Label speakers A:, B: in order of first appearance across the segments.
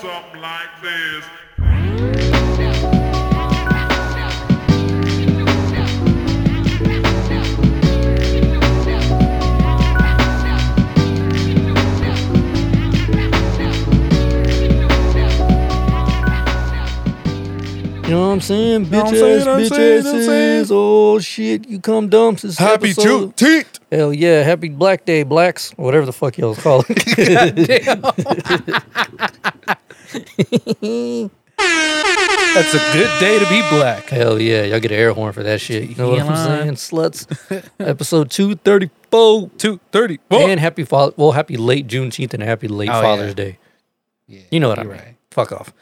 A: Something like this.
B: You know what I'm saying? Bitch
C: Know what I'm
B: ass,
C: saying, know what I'm
B: bitch
C: saying, know what I'm
B: asses, old shit, you come dumps. This
C: Happy
B: episode.
C: Juneteenth.
B: Hell yeah, happy Black Day, blacks, whatever the fuck y'all call it.
C: That's a good day to be black.
B: Hell yeah, y'all get an air horn for that shit. You know what
C: Yeah.
B: I'm saying? Sluts. Episode 234.
C: Two thirty.
B: And happy father well, happy late Juneteenth and happy late
C: Oh,
B: Father's
C: yeah.
B: Day. You know what I
C: you're
B: mean.
C: right.
B: Fuck off.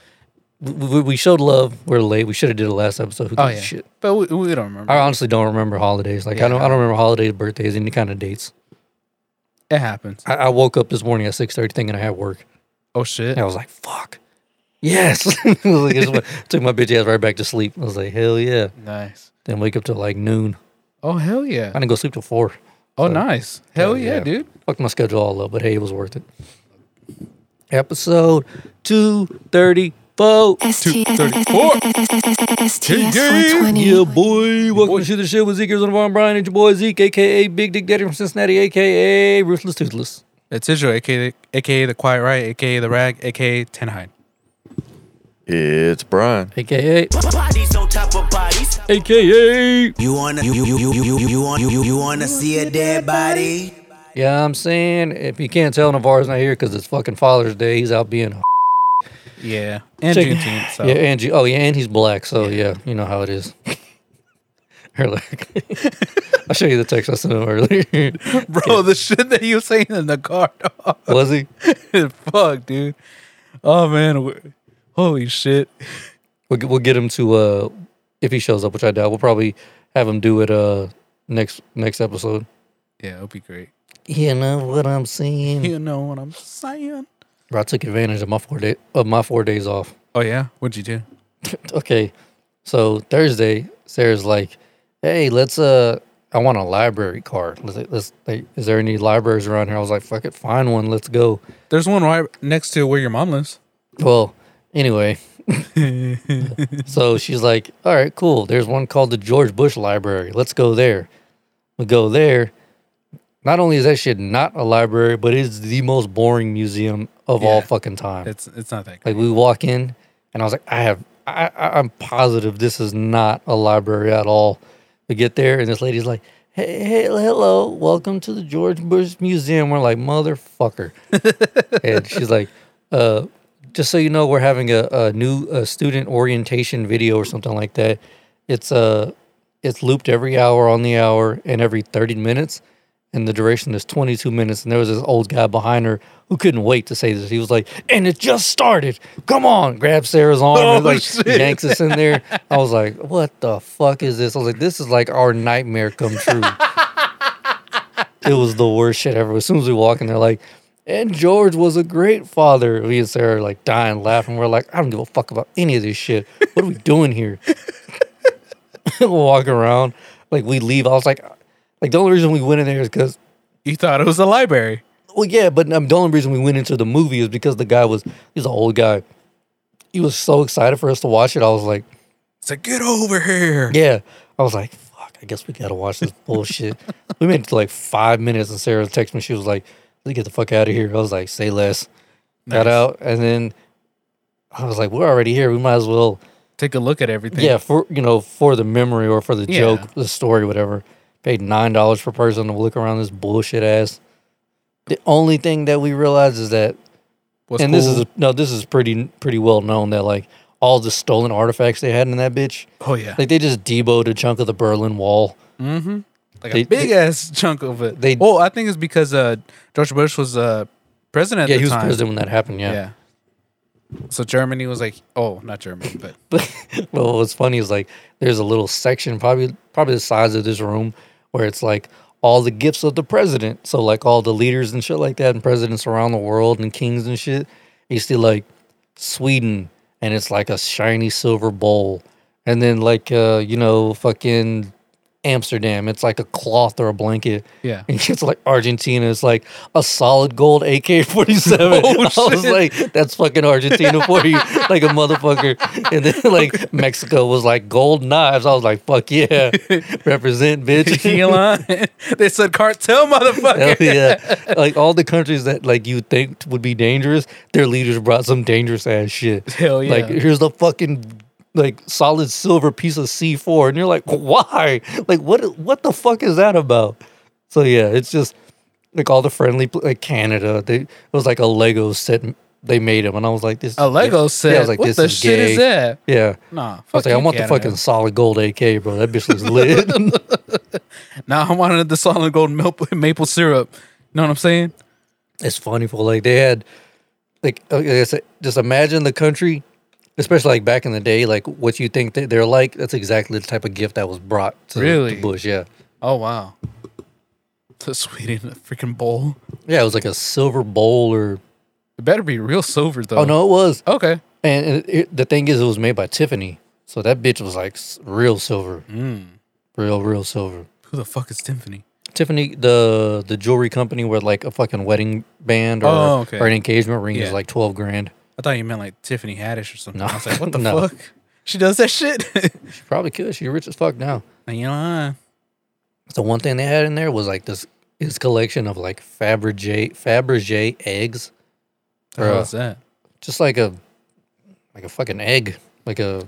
B: We, we, we showed love. We're late. We should have did it last episode. Who
C: Oh
B: gives a
C: yeah.
B: shit?
C: But we, we don't remember.
B: I honestly don't remember holidays. Like I
C: Yeah.
B: don't. I don't remember holidays, birthdays, any kind of dates.
C: It happens.
B: I, I woke up this morning at six thirty thinking I had work.
C: Oh shit.
B: And I was like, fuck. Yes. I was like, it's what- took my bitch ass right back to sleep. I was like, hell yeah.
C: Nice.
B: Then wake up till like noon.
C: Oh hell
B: I
C: yeah.
B: didn't go sleep till four.
C: Oh nice. Hell yeah,
B: yeah.
C: dude.
B: Fucked my schedule all up, but hey, it was worth it. Episode 234. Yeah,
D: 420.
B: boy. Welcome to the show with Zeke Arizona Von Brian and your boy Zeke, aka Big Dick Daddy from Cincinnati, aka Ruthless Toothless.
C: It's Israel, aka aka the Quiet Riot, aka the Rag, aka Ten Hide.
E: It's Brian.
B: AKA
F: Bodies on top of bodies.
B: AKA
F: You wanna you you you you you you want you you, you wanna see a dead body?
B: Yeah, I'm saying if you can't tell, Navarre's not here because it's fucking Father's Day. He's out being a
C: Yeah. And
B: Check-
C: Juneteenth. So.
B: yeah, and you, oh yeah, and he's black, so yeah, you know how it is. earlier, I'll show you the text I sent him earlier.
C: Bro, the shit that he was saying in the car. dog.
B: Was he?
C: Fuck, dude. Oh man. we- Holy shit.
B: We'll, get- we'll get him to uh, if he shows up, which I doubt. We'll probably have him do it uh next next episode.
C: Yeah, it'll be great.
B: You know what I'm saying?
C: You know what I'm saying?
B: Bro, I took advantage of my four day of my four days off.
C: Oh yeah. What'd you do?
B: okay so thursday sarah's like hey let's uh i want a library card let's, let's like, is there any libraries around here i was like fuck it find one let's go
C: There's one right next to where your mom lives.
B: well anyway so she's like all right cool there's one called the george bush library let's go there we go there not only is that shit not a library but it's the most boring museum of all
C: Yeah.
B: fucking time
C: It's it's not that great.
B: Like we walk in, and I was like, I have, I, I, I'm positive this is not a library at all. We get there, and this lady's like, Hey, hey, hello, welcome to the George Bush Museum. We're like, motherfucker, and she's like, uh. Just so you know, we're having a, a new uh student orientation video or something like that. It's uh, it's looped every hour on the hour and every 30 minutes, and the duration is 22 minutes. And there was this old guy behind her who couldn't wait to say this. He was like, "And it just started. Come on!" Grabs Sarah's arm and
C: Oh,
B: like
C: shit.
B: yanks us in there. I was like, "What the fuck is this?" I was like, "This is like our nightmare come true." it was the worst shit ever. As soon as we walk in, they're like. And George was a great father. Me and Sarah are like dying laughing. We're like, I don't give a fuck about any of this shit. What are we doing here? walk around. Like we leave. I was like, like the only reason we went in there is because,
C: You thought it was a library.
B: well, yeah, but um, the only reason we went into the movie is because the guy was he's an old guy. He was so excited for us to watch it. I was like,
C: It's like, get over here.
B: yeah. I was like, fuck. I guess we gotta watch this bullshit. we made it to like five minutes, and Sarah texted me. She was like, "Let's get the fuck out of here." I was like, "Say less." Got
C: Nice.
B: out, and then I was like, "We're already here. We might as well."
C: Take a look at everything.
B: Yeah, for you know, for the memory or for the
C: Yeah.
B: joke, the story, whatever. Paid nine dollars per person to look around this bullshit ass. The only thing that we realized is that,
C: What's
B: and this
C: cool-
B: is no, this is pretty pretty well known that like all the stolen artifacts they had in that bitch,
C: oh yeah,
B: like they just deboed a chunk of the Berlin Wall.
C: like
B: they-
C: a big ass chunk of it.
B: they-
C: They, oh, I think it's because uh, George Bush was uh, president. At
B: yeah,
C: the
B: he was
C: time.
B: president when that happened. Yeah.
C: Yeah. So Germany was like, oh, not Germany, but
B: But well, what's funny is like there's a little section, probably probably the size of this room, where it's like all the gifts of the president. So like all the leaders and shit like that, and presidents around the world and kings and shit. You see like Sweden, and it's like a shiny silver bowl, and then like uh, you know fucking Amsterdam. It's like a cloth or a blanket.
C: Yeah.
B: And it's like Argentina. It's like a solid gold AK 47. I
C: Oh,
B: was
C: shit.
B: like, that's fucking Argentina for you, like a motherfucker. And then like Mexico was like gold knives. I was like, fuck yeah. Represent, bitch.
C: You lying? they said cartel
B: Hell
C: motherfucker.
B: yeah. Like all the countries that like you think would be dangerous, their leaders brought some dangerous ass shit.
C: Hell yeah.
B: Like here's the fucking like solid silver piece of C4 and you're like, "Why? Like what what the fuck is that about?" So yeah, it's just like all the friendly pl- like Canada, they it was like a Lego set they made him and I was like this
C: A Lego set.
B: Yeah, I was like
C: what
B: this
C: the
B: is
C: shit
B: gay.
C: is that?
B: Yeah.
C: Nah, fuck
B: I was like, I
C: you,
B: want the
C: Canada.
B: fucking solid gold AK, bro. That bitch was lit.
C: Nah, I wanted the solid gold maple, maple syrup. You know what I'm saying?
B: it's funny for like they had like like I said, just imagine the country, especially like back in the day, like what you think that they're like. That's exactly the type of gift that was brought to, to
C: Really?
B: Bush. Yeah,
C: Oh wow, so sweet in a freaking bowl.
B: yeah, it was like a silver bowl or
C: It better be real silver though.
B: oh, no, it was.
C: Okay.
B: And, and it, the thing is, it was made by Tiffany, so that bitch was like s- real silver, real real silver.
C: Mm. Who the fuck is Tiffany?
B: Tiffany, the the jewelry company where like a fucking wedding band or,
C: Oh, okay.
B: or an engagement ring is
C: Yeah.
B: like twelve grand.
C: I thought you meant like Tiffany Haddish or something.
B: No.
C: I was like, what the
B: No.
C: fuck? She does that shit.
B: She probably could. She's rich as fuck now.
C: and you know, uh,
B: the one thing they had in there was like this his collection of like Fabergé Fabergé eggs,
C: the hell
B: Bruh.
C: is that?
B: just like a like a fucking egg, like a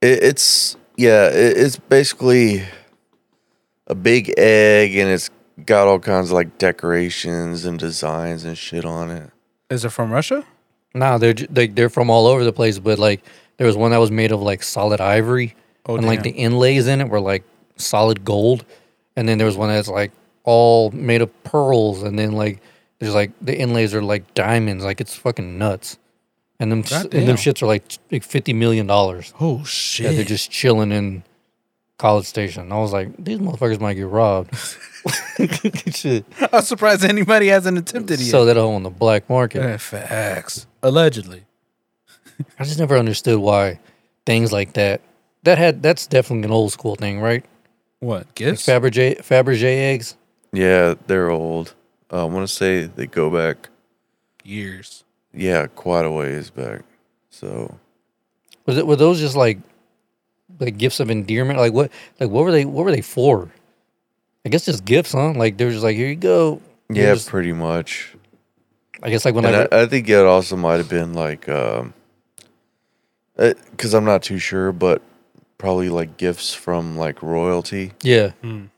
E: It, it's yeah, it, it's basically a big egg, and it's got all kinds of like decorations and designs and shit on it.
C: Is it from Russia?
B: nah. They're ju- like they're from all over the place, but like there was one that was made of like solid ivory,
C: Oh,
B: and like the
C: damn.
B: inlays in it were like solid gold, and then there was one that's like all made of pearls, and then like there's like the inlays are like diamonds, like it's fucking nuts, and them and
C: Goddamn.
B: them shits are like t- like fifty million dollars.
C: Oh
B: Yeah,
C: shit!
B: they're just chilling in College Station. I was like, these motherfuckers might get robbed. Shit.
C: I'm surprised anybody hasn't attempted it.
B: Sell that all on the black market.
C: yet. Eh, facts. Allegedly.
B: I just never understood why things like that. That had that's definitely an old school thing, right?
C: What
B: Like
C: gifts?
B: Fabergé Fabergé eggs.
E: Yeah, they're old. Uh, I want to say they go back,
C: Years.
E: yeah, quite a ways back. So
B: Was it were those just like like gifts of endearment? Like what like what were they what were they for? I guess just gifts, huh? Like they were just like, here you go. They were
E: yeah,
B: just-
E: pretty much.
B: I guess like when
E: And
B: I,
E: I, I think it also might have been like, um, because I'm not too sure, but probably like gifts from like royalty.
B: yeah.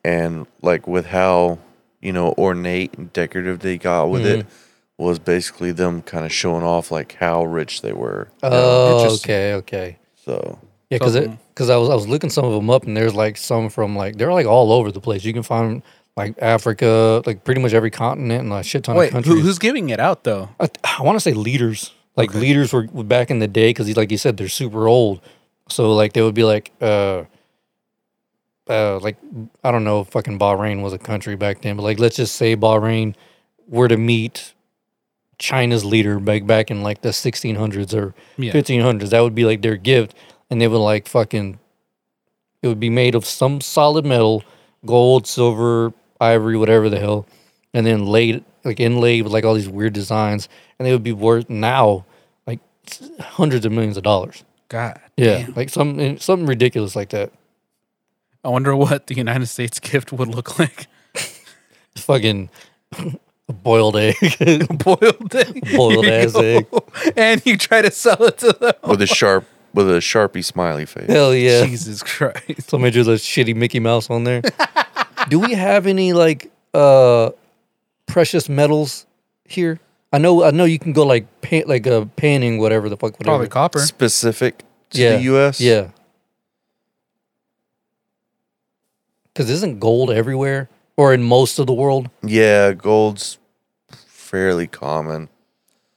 E: and like with how you know ornate and decorative they got with it
B: Mm-hmm.
E: was basically them kind of showing off like how rich they were.
B: Oh,
C: interesting.
B: okay, okay.
E: So
B: Yeah, because
C: Mhm.
B: because I was I was looking some of them up, and there's like some from like they're like all over the place. You can find like Africa, like pretty much every continent and a shit ton of
C: Wait,
B: countries.
C: who, who's giving it out though?
B: I, th- I want to say leaders, like leaders were were back in the day, because like you said, they're super old. So like they would be like, uh, uh, like I don't know, if fucking Bahrain was a country back then, but like let's just say Bahrain were to meet China's leader back back in like the 1600s or
C: Yeah.
B: 1500s. That would be like their gift, and they would like fucking. It would be made of some solid metal, gold, silver, ivory, whatever the hell, and then laid like inlaid with like all these weird designs, and they would be worth now like s- hundreds of millions of dollars.
C: God.
B: Yeah,
C: damn.
B: like some something ridiculous like that.
C: I wonder what the United States gift would look like.
B: Fucking boiled egg.
C: Boiled egg.
B: Boiled
C: Here you
B: ass
C: go.
B: egg.
C: And you try to sell it to them.
E: with a sharp with a sharpie smiley face.
B: hell Oh. yeah.
C: Jesus Christ.
B: Somebody drew the shitty Mickey Mouse on there. Do we have any like uh precious metals here? I know I know you can go like paint like a painting, whatever the fuck whatever.
C: Probably copper.
E: Specific to
B: yeah.
E: the U.S.
B: Yeah. Cause isn't gold everywhere or in most of the world?
E: yeah, gold's fairly common.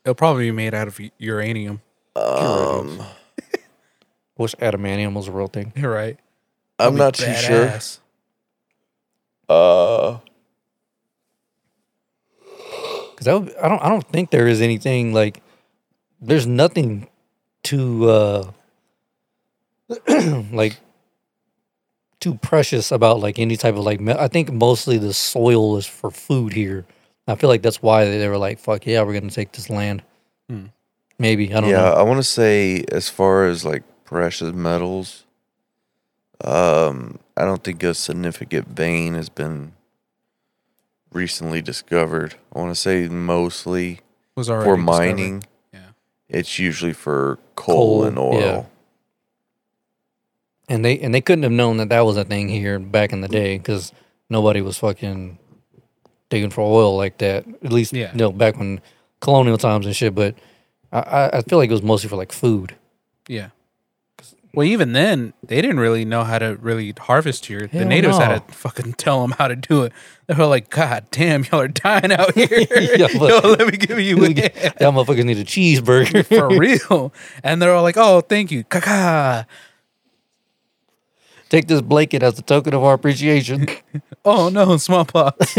C: It'll probably be made out of u- uranium.
E: Um,
B: I wish adamantium was a real thing.
C: You're right.
E: I'm
C: Probably
E: not too sure.
C: badass.
E: Uh,
B: Cause that would, I don't I don't think there is anything like there's nothing to uh like too precious about like any type of like. Me- I think mostly the soil is for food here. I feel like that's why they were like, "Fuck yeah, we're gonna take this land."
C: Hmm.
B: Maybe I don't
E: yeah,
B: know.
E: I want to say as far as like precious metals, um, I don't think a significant vein has been recently discovered. I want to say mostly
C: was already
E: for
C: discovered.
E: mining.
C: Yeah.
E: It's usually for
B: Coal,
E: coal, and oil.
B: yeah. And they and they couldn't have known that that was a thing here back in the day because nobody was fucking digging for oil like that. At least
C: Yeah.
B: you know back when colonial times and shit. But I- I, I feel like it was mostly for like food.
C: Yeah. Well, even then, they didn't really know how to really harvest here. the
B: Hell
C: natives
B: no.
C: had to fucking tell them how to do it. They were like, "God damn, y'all are dying out here.
B: Yeah,
C: Yo,
B: but-
C: let me give you a hand."
B: Y'all motherfuckers need a cheeseburger.
C: for real." And they're all like, "Oh, thank you, kaka."
B: Take this blanket as a token of our appreciation.
C: Oh no, smallpox.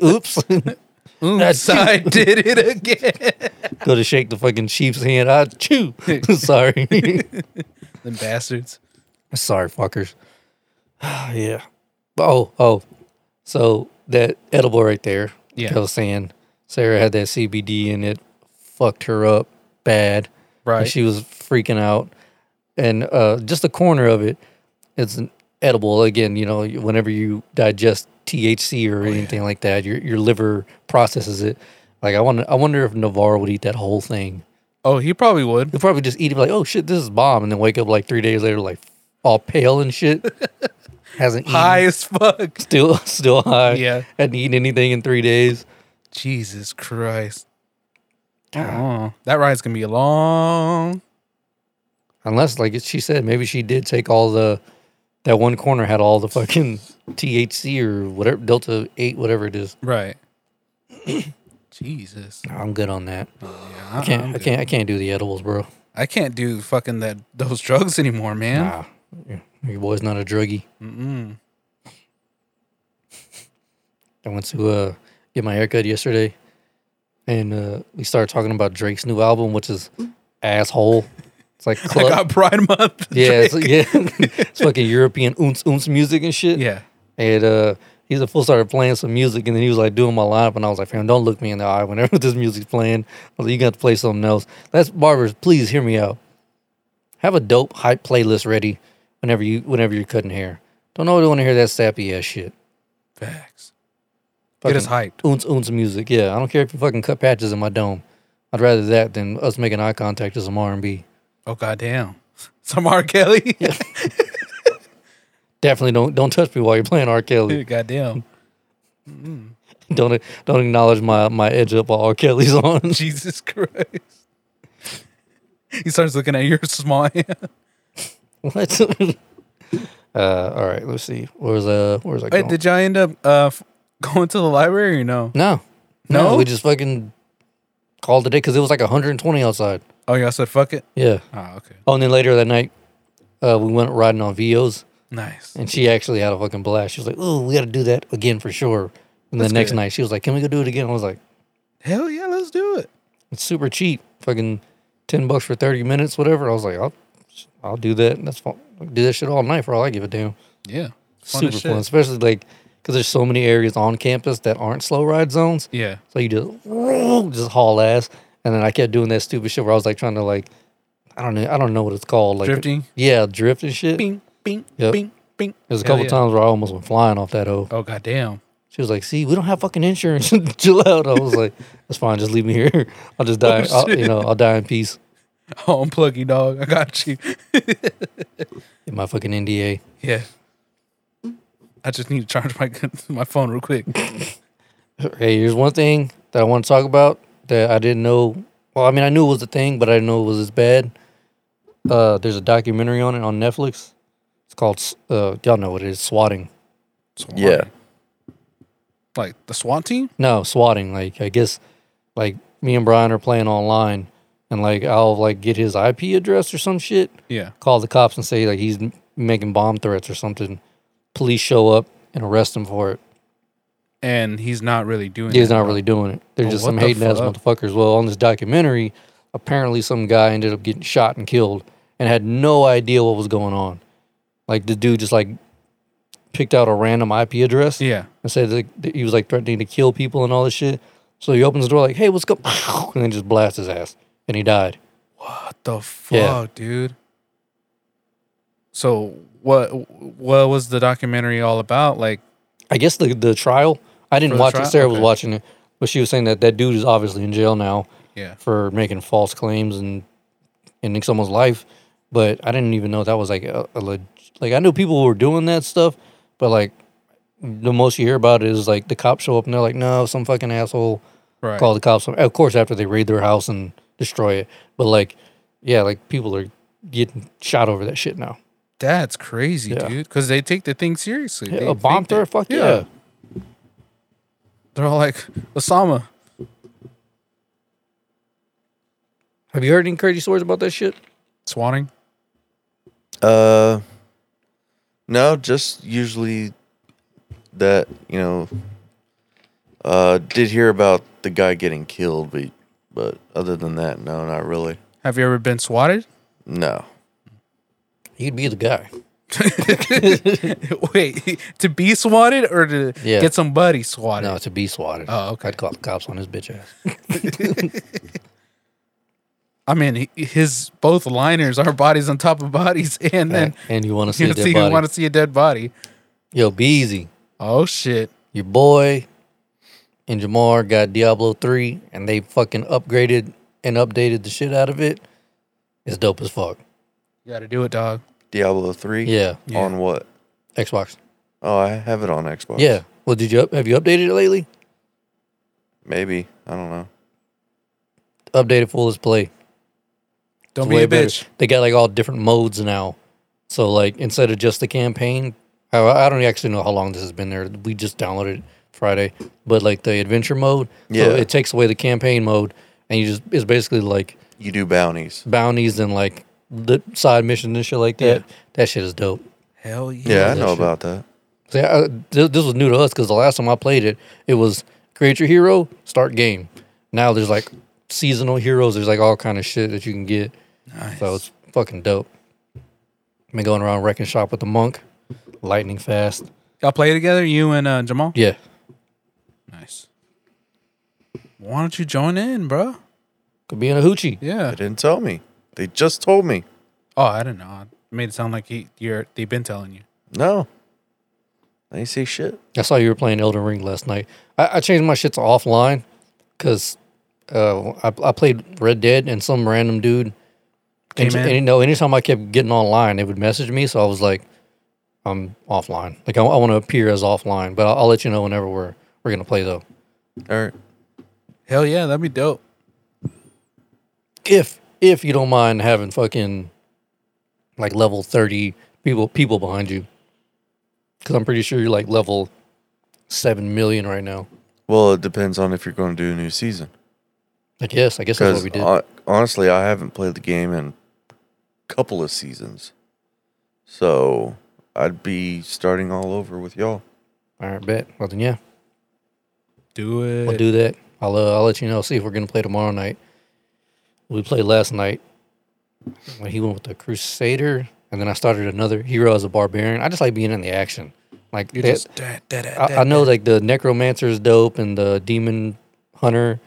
B: Oops.
C: Oops, I did it again.
B: Go to shake the fucking sheep's hand. I chew. Sorry.
C: the bastards.
B: Sorry, fuckers. yeah. Oh, oh. So that edible right there.
C: Yeah.
B: I was saying Sarah had that CBD and it fucked her up bad. And
C: Right.
B: she was freaking out. And uh, just the corner of it, it's an edible. Again, you know, whenever you digest THC
C: Oh,
B: or anything like that, your your liver processes it. Like I wonder, I wonder if Navarre would eat that whole thing.
C: oh, he probably would.
B: He'll probably just eat it, be like, "Oh shit, this is bomb," and then wake up like three days later, like all pale and shit. Hasn't eaten,
C: High as fuck.
B: still still high.
C: Yeah.
B: hadn't eaten anything in three days.
C: Jesus Christ. Oh, that ride's gonna be a long.
B: Unless, like she said, maybe she did take all the that one corner had all the fucking THC or whatever Delta Eight, whatever it is.
C: Right. Jesus.
B: I'm good on that.
C: Yeah,
B: I can't.
C: I'm
B: I
C: good.
B: can't. I can't do the edibles, bro.
C: I can't do fucking that those drugs anymore, man.
B: Nah, your boy's not a druggie.
C: Mm-mm.
B: I went to uh, get my haircut yesterday, and uh, we started talking about Drake's new album, which is asshole. It's like
C: I
B: club.
C: got Pride Month.
B: yeah, it's,
C: Drake.
B: yeah. it's fucking European oons oons music and shit.
C: yeah.
B: And uh, he's a fool started playing some music, and then he was like doing my lineup, and I was like, "Fam, don't look me in the eye whenever this music's playing. I was like, you got to play something else." That's barbers. Please hear me out. Have a dope hype playlist ready whenever you whenever you're cutting hair. Don't know want to hear that sappy ass shit.
C: Facts. Get us hyped.
B: Oons oons music. Yeah, I don't care if you fucking cut patches in my dome. I'd rather that than us making eye contact to some R and B.
C: Oh goddamn. Some R. Kelly.
B: Definitely don't don't touch me while you're playing R. Kelly.
C: goddamn.
B: don't don't acknowledge my my edge up while R. Kelly's on.
C: Jesus Christ. He starts looking at your small hand.
B: What? uh, all right, let's see. Where's uh, where's I
C: Wait,
B: going?
C: did y'all end up uh, f- going to the library or no?
B: no,
C: No?
B: we just fucking called it because it was like 120 outside.
C: Oh, y'all said fuck it?
B: Yeah.
C: Oh, okay.
B: Oh, and then later that night, uh, we went riding on VOs,
C: Nice.
B: and she actually had a fucking blast. She was like, "Oh, we got to do that again for sure." And the
C: That's
B: next
C: good.
B: night, she was like, "Can we go do it again?" I was like,
C: Hell yeah, let's do it.
B: "It's super cheap, fucking ten bucks for 30 minutes, whatever." I was like, "I'll, I'll do that. That's fine. I'll do that shit all night for all I give a damn."
C: Yeah. Fun
B: super
C: as shit.
B: fun, especially like because there's so many areas on campus that aren't slow ride zones.
C: Yeah.
B: So you just just haul ass, and then I kept doing that stupid shit where I was like trying to like, I don't know, I don't know what it's called, like
C: Drifting?
B: Yeah, drift and shit.
C: Bing, bing,
B: Yep.
C: bing, bing.
B: There's a
C: Hell
B: couple
C: yeah.
B: times where I almost went flying off that hoe.
C: Oh, goddamn.
B: She was like, "See, we don't have fucking insurance. Chill out." I was like, "That's fine. Just leave me here. I'll just die.
C: Oh,
B: I'll, you know, I'll die in peace."
C: Oh, I'm plucky, dog. I got you.
B: In my fucking NDA.
C: Yeah. I just need to charge my my phone real quick.
B: Hey, here's one thing that I want to talk about that I didn't know. Well, I mean, I knew it was a thing, but I didn't know it was as bad. Uh, there's a documentary on it on Netflix. It's called, S- uh, y'all know what it is, swatting.
E: Yeah.
C: Like the SWAT team?
B: No, swatting. Like, I guess, like, me and Brian are playing online, and, like, I'll, like, get his IP address or some shit,
C: Yeah.
B: call the cops and say, like, he's m- making bomb threats or something. Police show up and arrest him for it.
C: And he's not really doing
B: He's
C: that.
B: not really doing it. They're
C: Oh,
B: just
C: what
B: some
C: the
B: hating ass
C: fuck?
B: motherfuckers. Well, on this documentary, apparently some guy ended up getting shot and killed and had no idea what was going on. Like the dude just like picked out a random IP address
C: Yeah.
B: and said that that he was like threatening to kill people and all this shit. So he opens the door like, "Hey, what's up?" and then just blasts his ass, and he died.
C: What the fuck,
B: Yeah.
C: dude? So what? What was the documentary all about? Like,
B: I guess the the trial. I
C: For
B: didn't
C: the
B: watch
C: trial?
B: it. Sarah was
C: Okay.
B: watching it, but she was saying that that dude is obviously in jail now
C: yeah,
B: for making false claims and ending someone's life. But I didn't even know that was like a, a leg- like I knew people who were doing that stuff, but like the most you hear about it is like the cops show up and they're like, no, some fucking asshole
C: right.
B: call the cops. Of course, after they raid their house and destroy it. But like, yeah, like people are getting shot over that shit now.
C: That's crazy,
B: Yeah.
C: dude. Because they take the thing seriously.
B: Yeah,
C: They
B: a bomb
C: think that-
B: threat, fuck yeah.
C: They're all like Osama.
B: Have you heard any crazy stories about that shit?
C: swatting.
E: Uh, no, just usually that you know. Uh, did hear about the guy getting killed, but but other than that, no, not really.
C: Have you ever been swatted?
E: No,
B: You'd be the guy.
C: Wait, to be swatted or to
B: Yeah.
C: get somebody swatted?
B: No, to be swatted.
C: Oh, okay.
B: I'd call the cops on his bitch ass.
C: I mean, he- his both liners are bodies on top of bodies, and then
B: and you want to see
C: you
B: a
C: see,
B: dead
C: you
B: body.
C: want to see a dead body.
B: Yo, be easy.
C: Oh shit!
B: Your boy and Jamar got Diablo 3 and they fucking upgraded and updated the shit out of it. It's dope as fuck.
C: You got to do it, dog.
E: Diablo three.
B: Yeah.
E: On what?
B: Xbox.
E: Oh, I have it on Xbox.
B: Yeah. Well, did you up, have you updated it lately?
E: Maybe I don't know.
B: Updated full display.
C: Don't
B: It's
C: be
B: way
C: a
B: better.
C: bitch.
B: They got like all different modes now. So like instead of just the campaign, I, I don't actually know how long this has been there. We just downloaded it Friday, but like the adventure mode,
E: Yeah.
B: so it takes away the campaign mode, and you just it's basically like
E: You do bounties.
B: bounties and like the side missions and shit like that. That shit is dope.
C: Hell
E: Yeah, I
B: that
E: know
B: shit.
E: about that.
B: See, I, this, this was new to us because the last time I played it, it was create your hero, start game. Now there's like seasonal heroes. There's like all kind of shit that you can get. So it's fucking dope. I've been going around wrecking shop with the monk, lightning fast.
C: Y'all play together, you and uh, Jamal.
B: Yeah,
C: Nice. Why don't you join in, bro?
B: could be in a hoochie.
E: They
C: Yeah.
E: didn't tell me. They just told me.
C: Oh, I don't know. I made it sound like he, you're. They've been telling you.
E: No. They didn't say shit.
B: I saw you were playing Elden Ring last night. I, I changed my shit to offline because uh, I, I played Red Dead and some random dude.
C: Came
B: and,
C: in.
B: and, you know, anytime I kept getting online, they would message me. So I was like, I'm offline. Like, I, I want to appear as offline, but I'll, I'll let you know whenever we're, we're going to play, though.
E: All right.
C: Hell yeah, that'd be dope.
B: If if you don't mind having fucking like level 30 people people behind you. Because I'm pretty sure you're like level 7 million right now.
E: Well, it depends on if you're going to do a new season.
B: I guess. I guess that's what
E: Because uh,
B: we did.
E: honestly, I haven't played the game in a couple of seasons. So I'd be starting all over with y'all.
B: All right, bet. Well, then, yeah.
C: Do it.
B: We'll do that. I'll uh, I'll let you know. See if we're gonna play tomorrow night. We played last night. When he went with the Crusader, and then I started another hero as a barbarian. I just like being in the action. Like
C: You
B: that-
C: just. Da, da, da,
B: I,
C: da,
B: I know like the necromancer is dope and the demon hunter,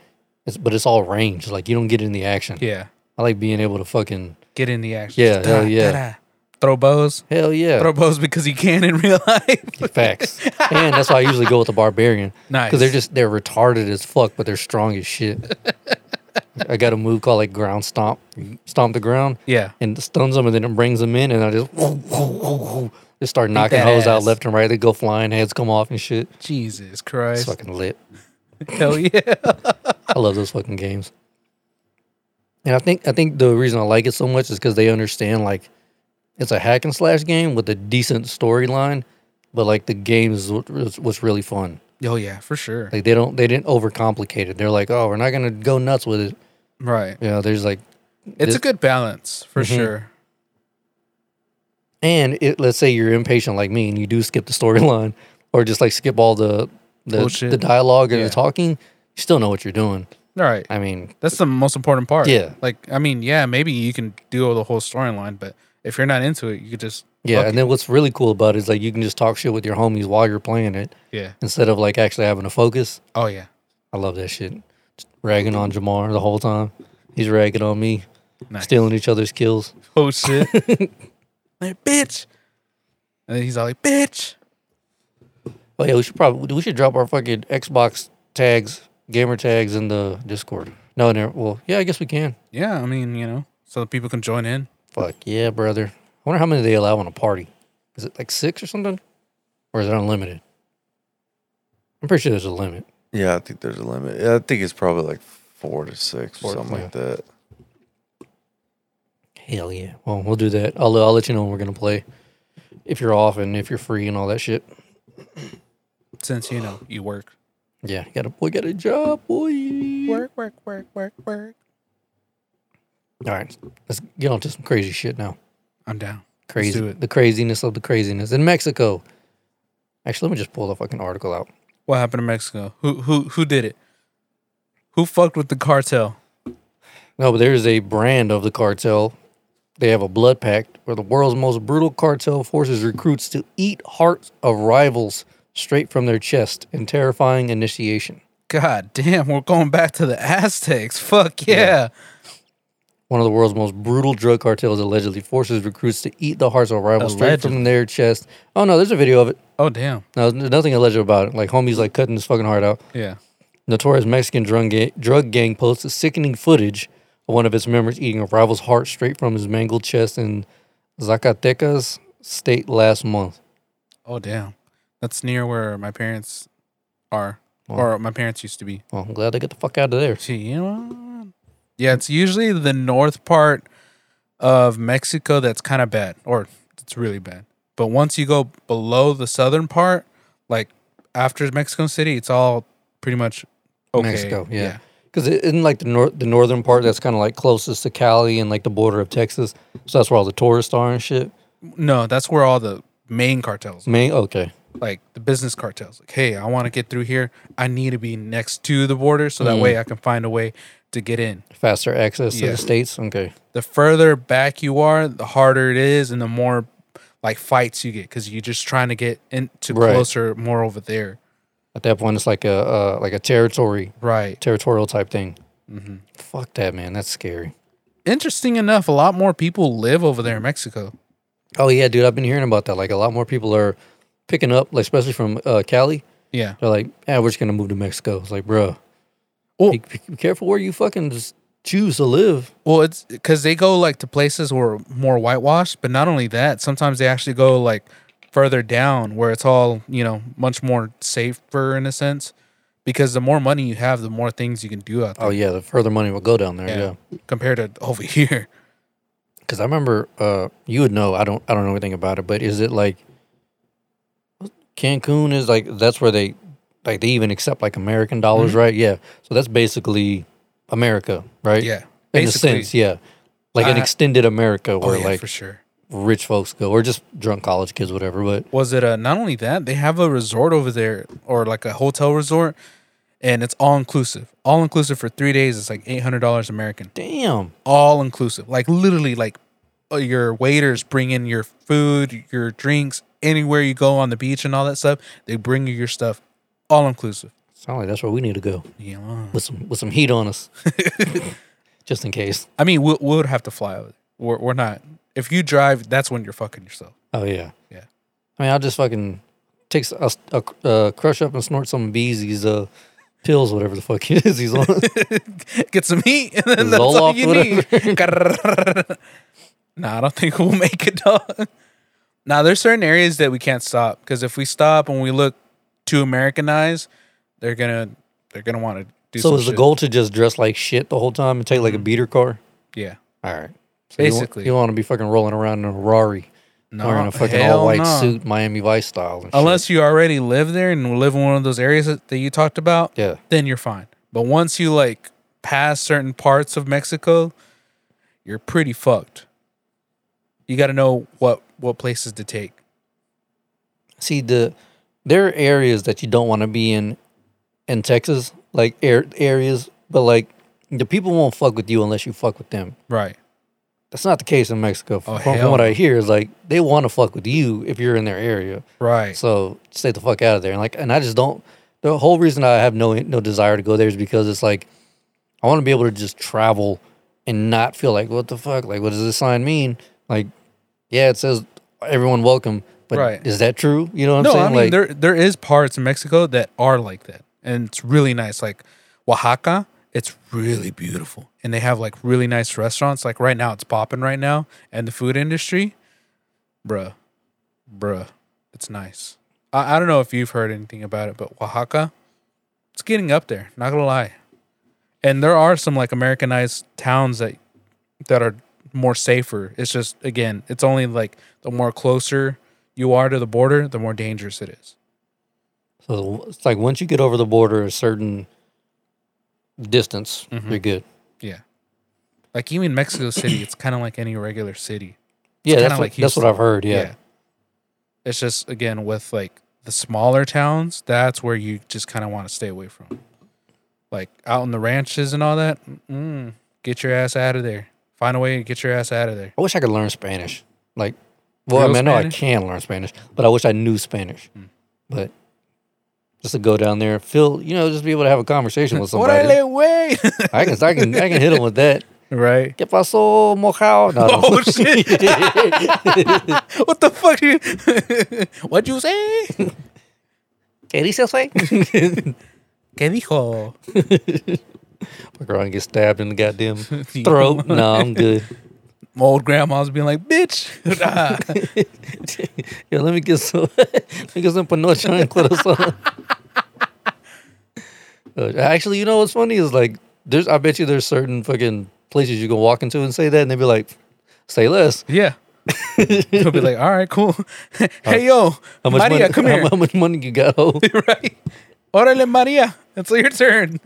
B: it's, but it's all range. Like you don't get in the action.
C: Yeah.
B: I like being able to fucking
C: Get in the action.
B: Yeah,
C: Just
B: hell yeah.
C: Throw bows.
B: hell yeah.
C: Throw bows because you can in real life.
B: Facts. and that's why I usually go with the barbarian.
C: Nice.
B: Because they're just they're retarded as fuck, but they're strong as shit. I got a move called like ground stomp, stomp the ground,
C: yeah.
B: and it stuns them, and then it brings them in, and I just just start knocking
C: that
B: hoes out
C: ass.
B: left and right. They go flying, heads come off and shit.
C: Jesus
B: It's
C: Christ.
B: fucking lit.
C: Hell yeah.
B: I love those fucking games. And I think I think the reason I like it so much is because they understand like it's a hack and slash game with a decent storyline, but like the game is what- is what's really fun.
C: Oh yeah, for sure.
B: Like they don't they didn't overcomplicate it. They're like, oh, we're not gonna go nuts with it.
C: Right.
B: You know, there's like,
C: It's
B: This-
C: a good balance for
B: Mhm.
C: sure.
B: and it, let's say you're impatient like me and you do skip the storyline or just like skip all the the,
C: Bullshit.
B: the dialogue and
C: Yeah.
B: the talking, you still know what you're doing.
C: All right.
B: I mean,
C: That's the most important part.
B: Yeah.
C: Like I mean, yeah, maybe you can do all the whole storyline, but if you're not into it, you could just
B: Yeah,
C: Okay.
B: and then what's really cool about it is like you can just talk shit with your homies while you're playing it
C: Yeah.
B: instead of like actually having to focus.
C: Oh yeah.
B: I love that shit. Just ragging on Jamar the whole time. He's ragging on me,
C: Nice.
B: stealing each other's kills.
C: Oh shit. like bitch. And then he's all like, bitch.
B: Oh yeah, we should probably we should drop our fucking Xbox tags, gamer tags in the Discord. No, no. Well, yeah, I guess we can.
C: Yeah, I mean, you know, so that people can join in.
B: Fuck yeah, brother. I wonder how many they allow on a party. Is it like six or something, or is it unlimited? I'm pretty sure there's a limit.
E: Yeah, I think there's a limit. Yeah, I think it's probably like four to six
B: Four
E: or
B: to
E: something like that.
B: Hell yeah. Well, we'll do that. I'll I'll let you know when we're gonna play. If you're off and if you're free and all that shit.
C: Since you know you work.
B: Yeah, got a boy, got a job, boy.
C: Work, work, work, work, work.
B: All right, let's get on to some crazy shit now.
C: I'm down.
B: Crazy,
C: do it.
B: the craziness of the craziness in Mexico. Actually, let me just pull the fucking article out.
C: What happened in Mexico? Who who who did it? Who fucked with the cartel?
B: No, but there's a brand of the cartel. They have a blood pact where the world's most brutal cartel forces recruits to eat hearts of rivals straight from their chest in terrifying initiation.
C: God damn, we're going back to the Aztecs. Fuck yeah.
B: One of the world's most brutal drug cartels allegedly forces recruits to eat the hearts of rivals straight
C: Allegedly.
B: from their chest. Oh no, there's a video of it.
C: Oh damn.
B: No, there's nothing alleged about it. Like homie's like cutting his fucking heart out.
C: Yeah.
B: Notorious Mexican drug, ga- drug gang posts sickening footage of one of its members eating a rival's heart straight from his mangled chest in Zacatecas state last month.
C: Oh damn. That's near where my parents are. Or my parents used to be.
B: Well, I'm glad they got the fuck out of there.
C: Gee, you know? Yeah, it's usually the north part of Mexico that's kind of bad, or it's really bad. But once you go below the southern part, like after Mexico City, it's all pretty much okay.
B: Mexico, yeah. Because in like the nor- the northern part, that's kind of like closest to Cali and like the border of Texas. So that's where all the tourists are and shit.
C: No, that's where all the main cartels,
B: Main, okay.
C: like the business cartels, like, hey, I want to get through here. I need to be next to the border so
B: Mm.
C: that way I can find a way to get in.
B: Faster access to
C: Yeah.
B: the states. Okay.
C: the further back you are, the harder it is, and the more like fights you get because you're just trying to get into
B: Right.
C: closer, more over there.
B: At that point, it's like a uh, like a territory,
C: Right.
B: territorial type thing.
C: Mm-hmm.
B: Fuck that, man. That's scary.
C: Interesting enough, a lot more people live over there in Mexico.
B: Oh yeah, dude, I've been hearing about that. Like a lot more people are picking up, like especially from uh, Cali.
C: Yeah.
B: They're like, "Yeah, we're just gonna move to Mexico." It's like, bro,
C: Well-
B: be, be careful where you fucking just choose to live.
C: Well, it's because they go like to places where more whitewashed, but not only that, sometimes they actually go like further down where it's all you know much more safer in a sense. Because the more money you have, the more things you can do out there
B: Oh yeah, the further money will go down there. Yeah,
C: compared to over here.
B: because I remember uh, you would know. I don't. I don't know anything about it, but is it like Cancun is like that's where they like they even accept like American dollars, right? Yeah. So that's basically America, right?
C: Yeah,
B: In a sense, yeah. Like an
C: I-
B: extended America,
C: Oh,
B: where
C: yeah,
B: like
C: for sure.
B: rich folks go, or just drunk college kids, whatever. But
C: was it uh not only that they have a resort over there or like a hotel resort and it's all inclusive all inclusive for three days it's like $800 american
B: damn,
C: all inclusive like literally like uh, your waiters bring in your food your drinks anywhere you go on the beach and all that stuff they bring you your stuff all inclusive
B: sound like that's where we need to go
C: Mm-hmm. yeah.
B: with some with some heat on us, just in case.
C: i mean we'll, we'll have to fly over we're, we're not if you drive that's when you're fucking yourself
B: Oh yeah,
C: Yeah.
B: I mean, I'll just fucking take s- I'll, s- I'll cr- uh, crush up and snort some Beezy's uh, pills, whatever the fuck it is he's on.
C: get some heat and then that's all
B: Zoloft,
C: you need. nah, I don't think we'll make it, dog. Now there's certain areas that we can't stop because if we stop and we look too Americanized, they're gonna they're gonna want to do.
B: so
C: some
B: is the
C: shit.
B: goal to just dress like shit the whole time and take like a beater car?
C: Yeah,
B: All right. So you wa-
C: basically.
B: you, want to be fucking rolling around in a Ferrari,
C: no,
B: wearing a fucking
C: hell
B: all white
C: no.
B: suit, Miami Vice style. and shit.
C: Unless you already live there and live in one of those areas that that you talked about,
B: yeah,
C: then you're fine. But once you like pass certain parts of Mexico, you're pretty fucked. You got to know what what places to take.
B: see the there are areas that you don't want to be in in Texas, like air areas, but like the people won't fuck with you unless you fuck with them.
C: Right.
B: That's not the case in Mexico. From, from
C: Oh, hell
B: what
C: no.
B: I hear, is like they want to fuck with you if you're in their area.
C: Right.
B: So stay the fuck out of there. And like, and I just don't. The whole reason I have no no desire to go there is because it's like I want to be able to just travel and not feel like what the fuck. Like, what does this sign mean? Like, yeah, it says everyone welcome, but
C: Right.
B: is that true? You know what I'm
C: no,
B: saying?
C: I mean
B: like,
C: there there is parts in Mexico that are like that, and it's really nice. Like Oaxaca, it's really beautiful, and they have like really nice restaurants. Like right now, it's popping right now, and the food industry, bruh, bruh, it's nice. I, I don't know if you've heard anything about it, but Oaxaca, it's getting up there. Not gonna lie, and there are some like Americanized towns that that are more safer. It's just again, it's only like the more closer you are to the border, the more dangerous it is.
B: so it's like once you get over the border a certain distance,
C: Mm-hmm.
B: you're good.
C: Yeah. Like even Mexico City, it's kind of like any regular city.
B: Yeah,
C: kinda
B: that's what,
C: like
B: that's what
C: Houston.
B: I've heard. Yeah.
C: It's just again with like the smaller towns, that's where you just kind of want to stay away from. Like out in the ranches and all that, mm, get your ass out of there. Find a way to get your ass out of there.
B: I wish I could learn Spanish. Like, well, I
C: Real
B: mean, I know I
C: Spanish? Hmm.
B: can learn Spanish, but I wish I knew Spanish. But just to go down there, feel you know, just be able to have a conversation with somebody.
C: Órale, güey.
B: I can, I can, I can hit them with that.
C: right.
B: ¿Qué pasó, mojado? No, no.
C: Oh shit! what the fuck? You, what'd you say?
B: ¿Qué dices, güey?
C: ¿Qué dijo?
B: Fuck around and get stabbed in the goddamn throat. No, I'm good.
C: Old grandma's being like, bitch. Nah.
B: Yo, let me get some, let me get some panocha and corazón. Uh, Actually, you know what's funny is like, there's, I bet you there's certain fucking places you can walk into and say that, and they'd be like, say less.
C: yeah. He'll be like, all right, cool. hey, yo,
B: How much
C: Maria,
B: money?
C: come
B: how,
C: here.
B: how much money you got? ho?
C: right? Órale, Maria. It's your turn.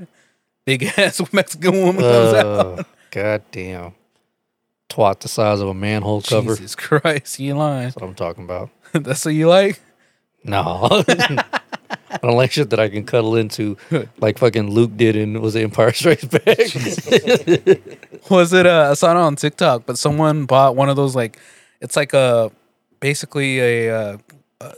C: Big ass Mexican woman comes out.
B: Uh, goddamn, twat the size of a manhole cover.
C: Jesus Christ, you lying.
B: That's what I'm talking about.
C: That's what you like?
B: No. I don't like shit that I can cuddle into, like fucking Luke did in was it Empire Strikes Back.
C: was it uh, I saw it on TikTok, but someone bought one of those like it's like a basically a uh, uh,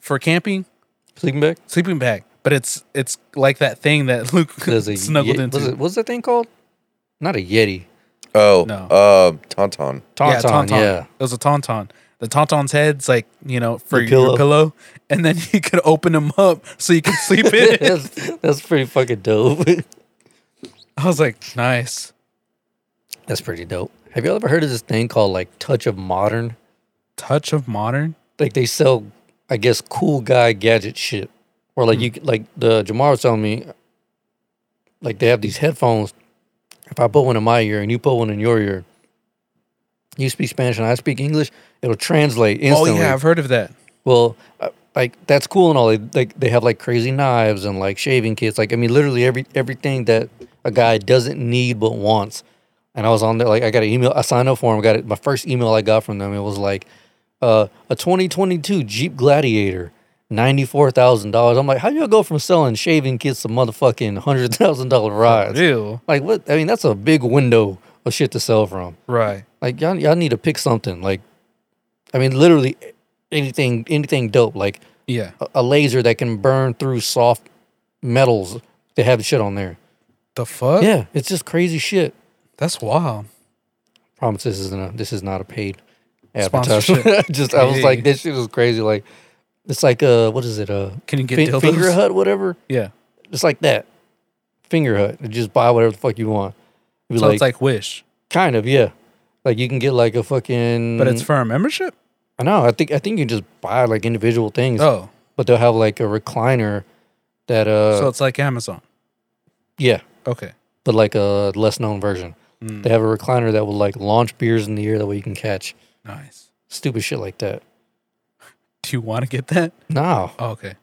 C: for camping
B: Sleeping back.
C: sleeping bag, but it's it's like that thing that Luke
B: There's a
C: snuggled
B: Ye-
C: into.
B: Was it, what's that thing called? Not a Yeti.
E: Oh,
C: No.
E: um, Tauntaun.
B: Tauntaun. Yeah.
C: It was a tauntaun. The tauntaun's head's like you know for
B: The
C: your
B: pillow.
C: pillow, and then you could open them up so you could sleep in. it.
B: that's, that's pretty fucking dope.
C: I was like, nice
B: that's pretty dope. Have y'all ever heard of this thing called like Touch of Modern?
C: touch of modern.
B: Like they sell, I guess, cool guy gadget shit. Or like you
C: Hmm.
B: c- like the Jamar was telling me, like they have these headphones. If I put one in my ear and you put one in your ear, you speak Spanish and I speak English, it'll translate instantly.
C: Oh yeah, I've heard of that.
B: Well, uh, like that's cool and all. They like they have like crazy knives and like shaving kits. Like I mean, literally every everything that a guy doesn't need but wants. And I was on there like I got an email. I signed up for them. Got it. My first email I got from them. It was like uh, a 2022 Jeep Gladiator. Ninety-four thousand dollars. I'm like, how y'all go from selling shaving kits to motherfucking hundred thousand dollar rides?
C: Ew.
B: Like, what? I mean, that's a big window of shit to sell from.
C: Right.
B: Like y'all, y'all need to pick something. Like, I mean, literally anything, anything dope. Like
C: Yeah.
B: a, a laser that can burn through soft metals. They have shit on there.
C: The fuck?
B: Yeah, it's just crazy shit.
C: That's wild.
B: Promise this isn't a this is not a paid
C: Sponsorship.
B: advertisement. just I was
C: Hey.
B: like, this shit is crazy. Like, it's like uh, what is it? Uh,
C: Can you get
B: fin-
C: dildos?
B: finger hut, whatever.
C: Yeah.
B: It's like that. Finger hut. You just buy whatever the fuck you want. It'd be
C: So
B: like,
C: it's like Wish,
B: kind of yeah. Like you can get like a fucking.
C: but it's for a membership.
B: I know. I think I think you just buy like individual things,
C: Oh,
B: but they'll have like a recliner that uh
C: so it's like Amazon.
B: yeah,
C: Okay. Mm,
B: but like a less known version. They have a recliner that will like launch beers in the air that way you can catch
C: Nice.
B: stupid shit like that.
C: Do you want to get that?
B: No,
C: Oh, okay.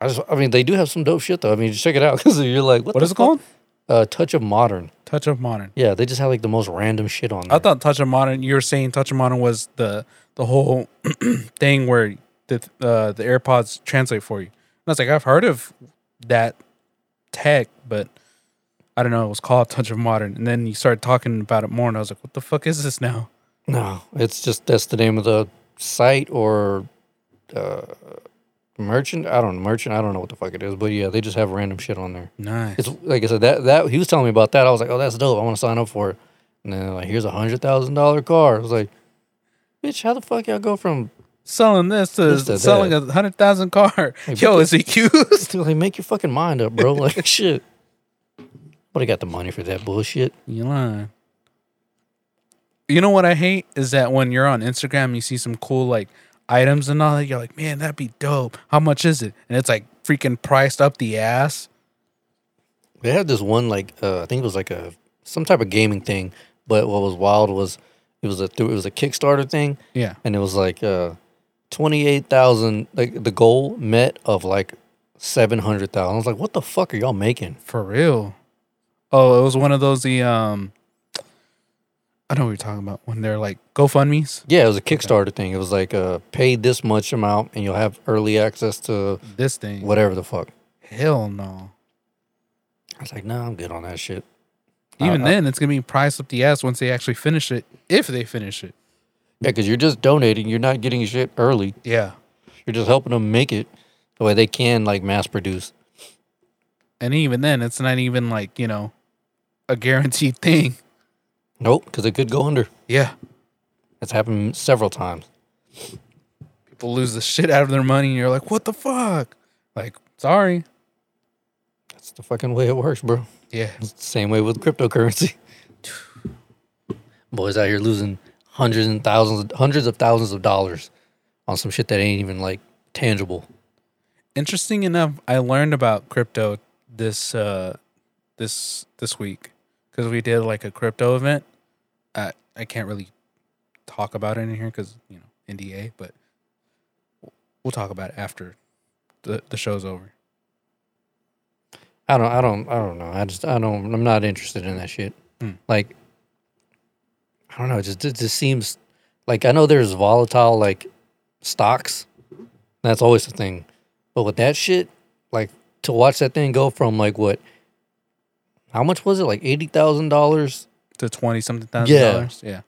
B: I just I mean they do have some dope shit though. I mean just check it out because you're like what,
C: What
B: the
C: is it
B: fuck?
C: called?
B: Uh, Touch of Modern.
C: Touch of Modern.
B: Yeah, they just have like the most random shit on there.
C: I thought Touch of Modern. You were saying Touch of Modern was the the whole thing where the uh, the AirPods translate for you. And I was like, I've heard of that tech, but I don't know, it was called Touch of Modern. And then you started talking about it more, and I was like, what the fuck is this now?
B: No, it's just that's the name of the site or uh, merchant. I don't know, merchant. I don't know what the fuck it is, but yeah, they just have random shit on there.
C: Nice.
B: It's like I said that that he was telling me about that. I was like, oh, that's dope. I want to sign up for it. And then like, here's a hundred thousand dollar car. I was like, bitch, how the fuck y'all go from
C: selling this to
B: Just a
C: selling a
B: bit.
C: 100,000 car.
B: Hey,
C: Yo,
B: but-
C: is it used?
B: like make your fucking mind up, bro? Like shit. But I got the money for that bullshit.
C: You lying. You know what I hate is that when you're on Instagram, you see some cool like items and all that. You're like, man, that'd be dope. How much is it? And it's like freaking priced up the ass.
B: They had this one like uh, I think it was like a some type of gaming thing. But what was wild was it was a it was a Kickstarter thing.
C: Yeah.
B: and it was like uh, twenty eight thousand. Like the goal met of like seven hundred thousand. I was like, what the fuck are y'all making?
C: For real. Oh, it was one of those the um I know what you're talking about when they're like GoFundMe's.
B: Yeah, it was a Kickstarter thing. It was like uh, pay this much amount and you'll have early access to
C: This thing.
B: whatever the fuck.
C: Hell no.
B: I was like, nah, I'm good on that shit.
C: Even
B: I- I-
C: then, it's gonna be priced up the ass once they actually finish it, if they finish it.
B: Yeah, because you're just donating. You're not getting shit early.
C: Yeah.
B: You're just helping them make it the way they can like mass produce.
C: And even then, it's not even like, you know, a guaranteed thing.
B: Nope, because it could go under.
C: Yeah.
B: That's happened several times.
C: People lose the shit out of their money and you're like, what the fuck? Like, sorry.
B: That's the fucking way it works, bro.
C: Yeah.
B: It's the Same way with cryptocurrency. Boys out here losing hundreds and thousands, hundreds of thousands of dollars on some shit that ain't even like tangible.
C: Interesting enough, I learned about crypto this uh this this week. Cause we did like a crypto event. I I can't really talk about it in here because, you know, NDA, but we'll talk about it after the, the show's over.
B: I don't, I don't, I don't know. I just, I don't, I'm not interested in that shit.
C: Hmm.
B: Like, I don't know. It just, it just seems like I know there's volatile like stocks. That's always the thing. But with that shit, like to watch that thing go from like what, how much was it? Like eighty thousand dollars
C: To twenty something thousand
B: Yeah.
C: dollars. Yeah.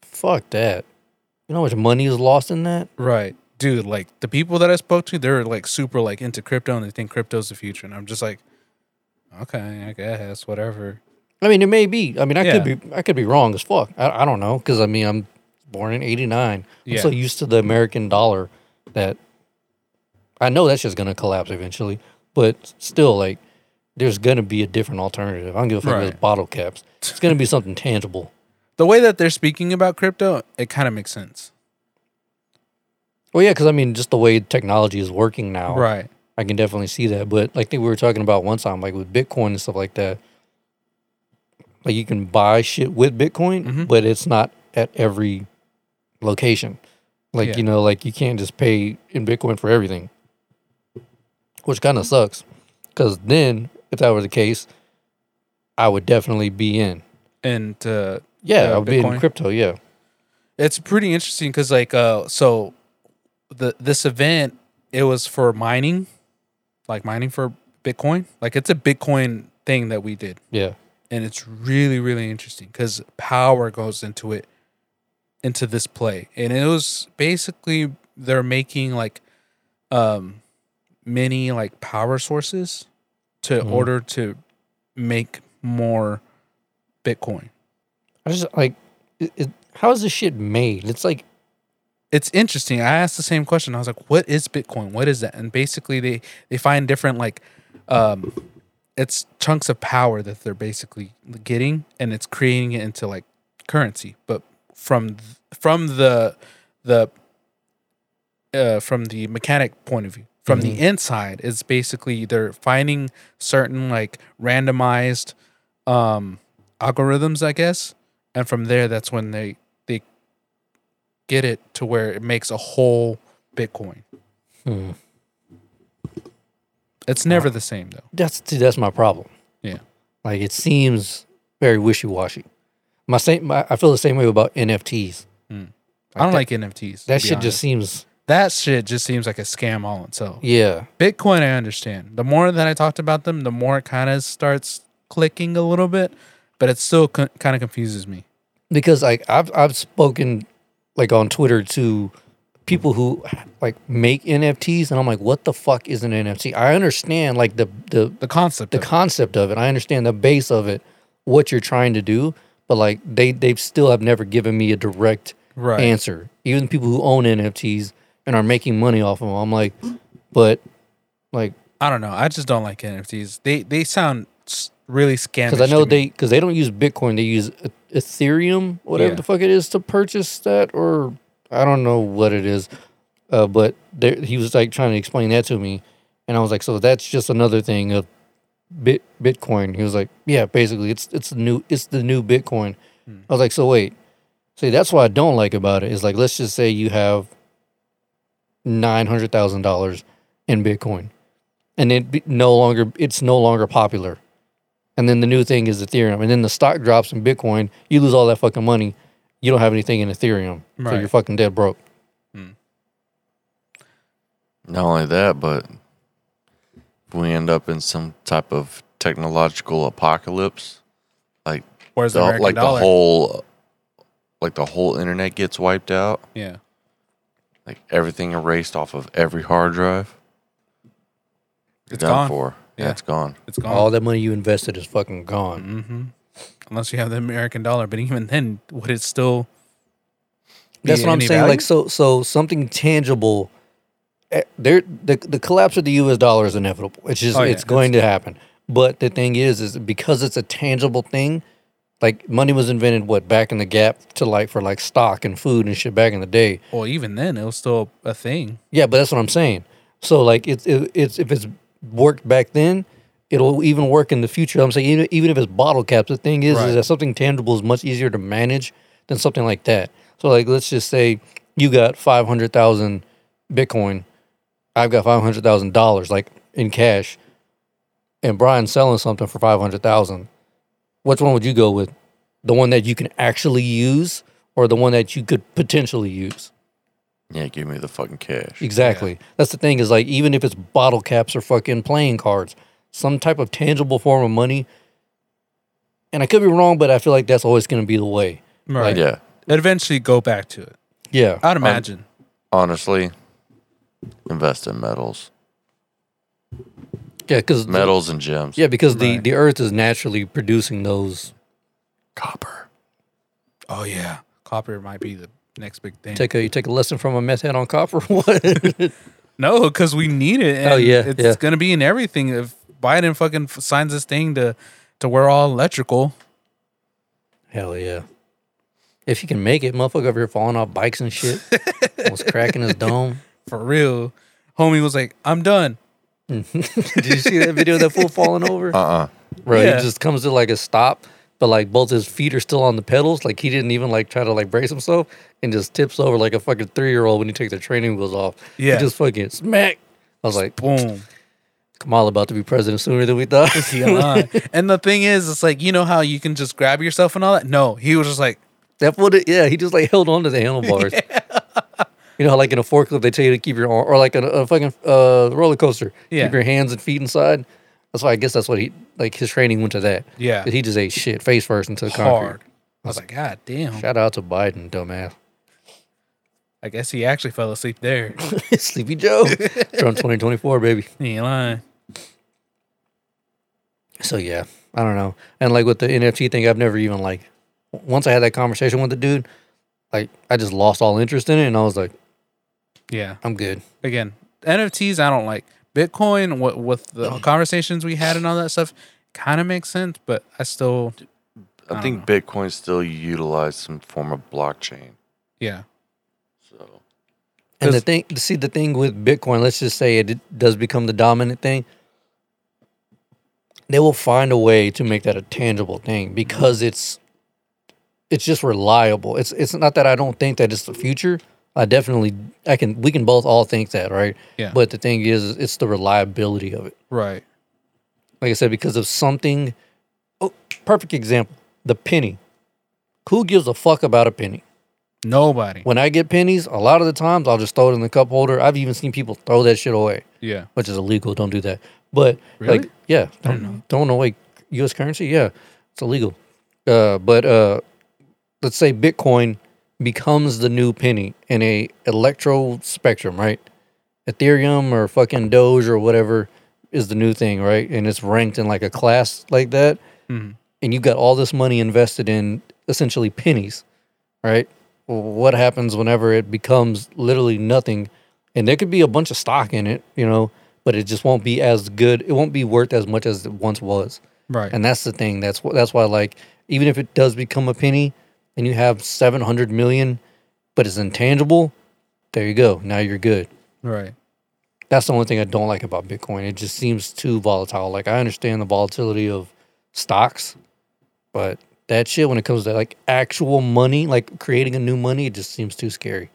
B: Fuck that. You know how much money is lost in that?
C: Right. Dude, like the people that I spoke to, they're like super like into crypto and they think crypto's the future. And I'm just like, okay, I guess, whatever.
B: I mean, it may be. I mean, I
C: Yeah.
B: could be. I could be wrong as fuck. I, I don't know because I mean, I'm born in '89. I'm
C: Yeah.
B: so used to the American dollar that I know that's just gonna collapse eventually. But still, like, there's gonna be a different alternative. I don't give a fuck if
C: Right.
B: it's bottle caps. It's gonna be something tangible.
C: The way that they're speaking about crypto, it kind of makes sense.
B: Well, yeah, because I mean, just the way technology is working now.
C: Right.
B: I can definitely see that. But like think we were talking about one time, like with Bitcoin and stuff like that. Like you can buy shit with Bitcoin,
C: Mhm.
B: but it's not at every location. Like
C: Yeah.
B: you know, like you can't just pay in Bitcoin for everything, which kind of sucks. Because then, if that were the case, I would definitely be in.
C: And uh,
B: Yeah,
C: Yeah,
B: I would be
C: Bitcoin.
B: in crypto. Yeah,
C: it's pretty interesting because like uh so the this event it was for mining, like mining for Bitcoin. Like it's a Bitcoin thing that we did.
B: yeah.
C: and it's really really interesting because power goes into it into this play and it was basically they're making like um many like power sources to
B: Mhm.
C: order to make more bitcoin
B: I just like, it, it, how is this shit made? It's like
C: it's interesting. I asked the same question. I was like, "What is Bitcoin? What is that?" And basically, they they find different like, um, it's chunks of power that they're basically getting, and it's creating it into like currency. But from th- from the the uh, from the mechanic point of view, from the inside, it's basically they're finding certain like randomized um, algorithms, I guess, and from there, that's when they they get it to where it makes a whole Bitcoin.
B: Hmm.
C: It's never the same though.
B: that's see, that's my problem.
C: Yeah.
B: Like it seems very wishy washy. My same, my, I feel the same way about NFTs.
C: I don't
B: that-
C: like NFTs. to
B: That
C: be
B: shit
C: honest.
B: just seems,
C: that shit just seems like a scam all in itself.
B: yeah,
C: Bitcoin, I understand. The more that I talked about them, the more it kind of starts clicking a little bit, but it still co- kind of confuses me.
B: because like I've I've spoken like on Twitter to people who like make NFTs, and I'm like, what the fuck is an NFT? I understand like the the
C: The concept.
B: the
C: of it.
B: concept of it. I understand the base of it, what you're trying to do, but like they they still have never given me a direct
C: Right.
B: answer. Even people who own NFTs and are making money off of them, I'm like, but like
C: I don't know. I just don't like NFTs. They they sound s- really scammy.
B: because I know they because they don't use Bitcoin, they use E- Ethereum, whatever
C: Yeah.
B: the fuck it is, to purchase that, or I don't know what it is. Uh, but there, he was like trying to explain that to me, and I was like, so that's just another thing of Bit Bitcoin. He was like, yeah, basically, it's it's new, it's the new Bitcoin.
C: Hmm.
B: I was like, so wait, see, that's what I don't like about it is like, let's just say you have nine hundred thousand dollars in Bitcoin, and it be, no longer it's no longer popular and then the new thing is Ethereum, and then the stock drops in Bitcoin, you lose all that fucking money. You don't have anything in Ethereum, so
C: Right.
B: you're fucking dead broke.
E: Not only that, but if we end up in some type of technological apocalypse, like
C: Where's the
E: the,
C: American
E: like
C: dollar?
E: the whole like the whole internet gets wiped out,
C: yeah.
E: like everything erased off of every hard drive. you're
C: It's
E: done
C: gone.
E: for. Yeah.
C: Yeah.
E: it's gone.
C: It's gone.
B: All that money you invested is fucking gone.
C: hmm Unless you have the American dollar, but even then, would it still? be
B: That's what I'm
C: any
B: saying.
C: value?
B: Like so, so something tangible. eh, There, the the collapse of the U.S. dollar is inevitable. It's just
C: Oh, yeah,
B: it's going to happen. But the thing is, is because it's a tangible thing. Like money was invented what back in the gap to like for like stock and food and shit back in the day.
C: well, even then, it was still a thing.
B: Yeah, but that's what I'm saying. So like it's it, it's if it's worked back then, it'll even work in the future. I'm saying even, even if it's bottle caps, the thing is
C: Right.
B: is that something tangible is much easier to manage than something like that. So like let's just say you got five hundred thousand Bitcoin, I've got five hundred thousand dollars like in cash, and Brian's selling something for five hundred thousand. Which one would you go with? The one that you can actually use, or the one that you could potentially use?
E: Yeah, give me the fucking cash.
B: Exactly. That's the thing is like even if it's bottle caps or fucking playing cards, some type of tangible form of money. And I could be wrong, but I feel like that's always going to be the way.
C: Right.
E: Yeah.
C: Eventually, go back to it.
B: Yeah.
C: I'd imagine.
E: Honestly, invest in metals.
B: yeah, because
E: Metals and gems.
B: yeah, because
C: Right.
B: the the earth is naturally producing those.
E: Copper.
C: oh yeah, copper might be the next big thing.
B: Take a you take a lesson from a meth head on copper. What?
C: no, because we need it. And
B: Oh, yeah,
C: it's
B: yeah.
C: gonna be in everything. If Biden fucking f- signs this thing to to we're all electrical,
B: Hell yeah. If you can make it, motherfucker over here falling off bikes and shit. was cracking his dome.
C: for real, homie was like, "I'm done."
B: Did you see that video of that fool falling over?
E: Uh uh
B: Bro,
C: Yeah.
B: he just comes to like a stop, but like both his feet are still on the pedals. Like he didn't even like try to like brace himself and just tips over like a fucking three year old when you take the training wheels off.
C: Yeah.
B: He just fucking smack. I was like,
C: Boom.
B: Kamala about to be president sooner than we thought.
C: Yeah. and the thing is, it's like you know how you can just grab yourself and all that. No, he was just like,
B: that foot, yeah, he just like held on to the handlebars. You know, how, like in a forklift, they tell you to keep your arm, or like in a, a fucking uh, roller coaster,
C: Yeah.
B: keep your hands and feet inside. That's why I guess that's what he like his training went to that.
C: Yeah.
B: 'Cause he just ate shit face first into the
C: hard.
B: concrete.
C: I was like, God damn.
B: Shout out to Biden, dumbass.
C: I guess he actually fell asleep there.
B: Sleepy Joe. Trump 2024, baby.
C: he ain't lying.
B: So yeah, I don't know. And like with the NFT thing, I've never even like w- once I had that conversation with the dude, like I just lost all interest in it and I was like,
C: Yeah.
B: I'm good.
C: Again, NFTs I don't like. Bitcoin, what with the conversations we had and all that stuff, kind of makes sense, but I still,
E: I,
C: I
E: think Bitcoin still utilized some form of blockchain.
C: yeah,
E: So
B: And the
C: 'Cause-
B: thing see the thing with Bitcoin, let's just say it d- does become the dominant thing. They will find a way to make that a tangible thing because it's it's just reliable. It's it's not that I don't think that it's the future. I definitely I can we can both all think that, right?
C: Yeah.
B: But the thing is it's the reliability of it.
C: right.
B: like I said, because of something. Oh, perfect example: the penny. Who gives a fuck about a penny?
C: Nobody.
B: When I get pennies, a lot of the times I'll just throw it in the cup holder. I've even seen people throw that shit away,
C: Yeah.
B: which is illegal. Don't do that. But
C: Really?
B: like, yeah, don't, throwing away U.S. currency, yeah, it's illegal. Uh, but uh, let's say Bitcoin becomes the new penny in a electro spectrum, right? Ethereum or fucking Doge or whatever is the new thing, right? And it's ranked in like a class like that,
C: Mhm.
B: and you've got all this money invested in essentially pennies, right? What happens whenever it becomes literally nothing? And there could be a bunch of stock in it, you know, but it just won't be as good. It won't be worth as much as it once was.
C: Right.
B: And that's the thing. That's wh- that's why like even if it does become a penny and you have 700 million but it's intangible, there you go. Now you're good.
C: right.
B: That's the only thing I don't like about Bitcoin. It just seems too volatile. Like I understand the volatility of stocks, but that shit when it comes to like actual money, like creating a new money, it just seems too scary.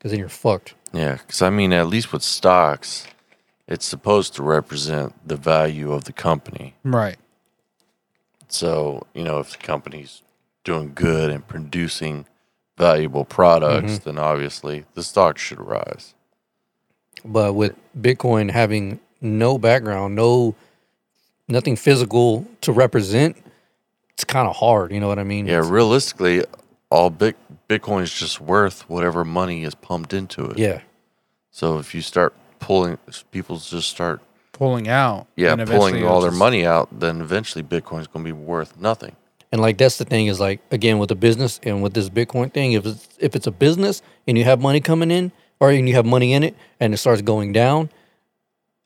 B: Cuz then you're fucked.
E: Yeah, because I mean, at least with stocks, it's supposed to represent the value of the company.
C: Right.
E: So, you know, if the company's doing good and producing valuable products, then obviously the stock should rise.
B: But with Bitcoin having no background, no nothing physical to represent, it's kind of hard. You know what I mean?
E: Yeah, realistically, all Bit- Bitcoin is just worth whatever money is pumped into it.
B: Yeah.
E: So if you start pulling, if people just start,
C: Pulling out.
E: yeah,
C: and eventually
E: pulling
C: it'll
E: all their
C: just-
E: money out, then eventually Bitcoin's going to be worth nothing.
B: And like that's the thing is like again with the business and with this Bitcoin thing, if it's if it's a business and you have money coming in or and you have money in it and it starts going down,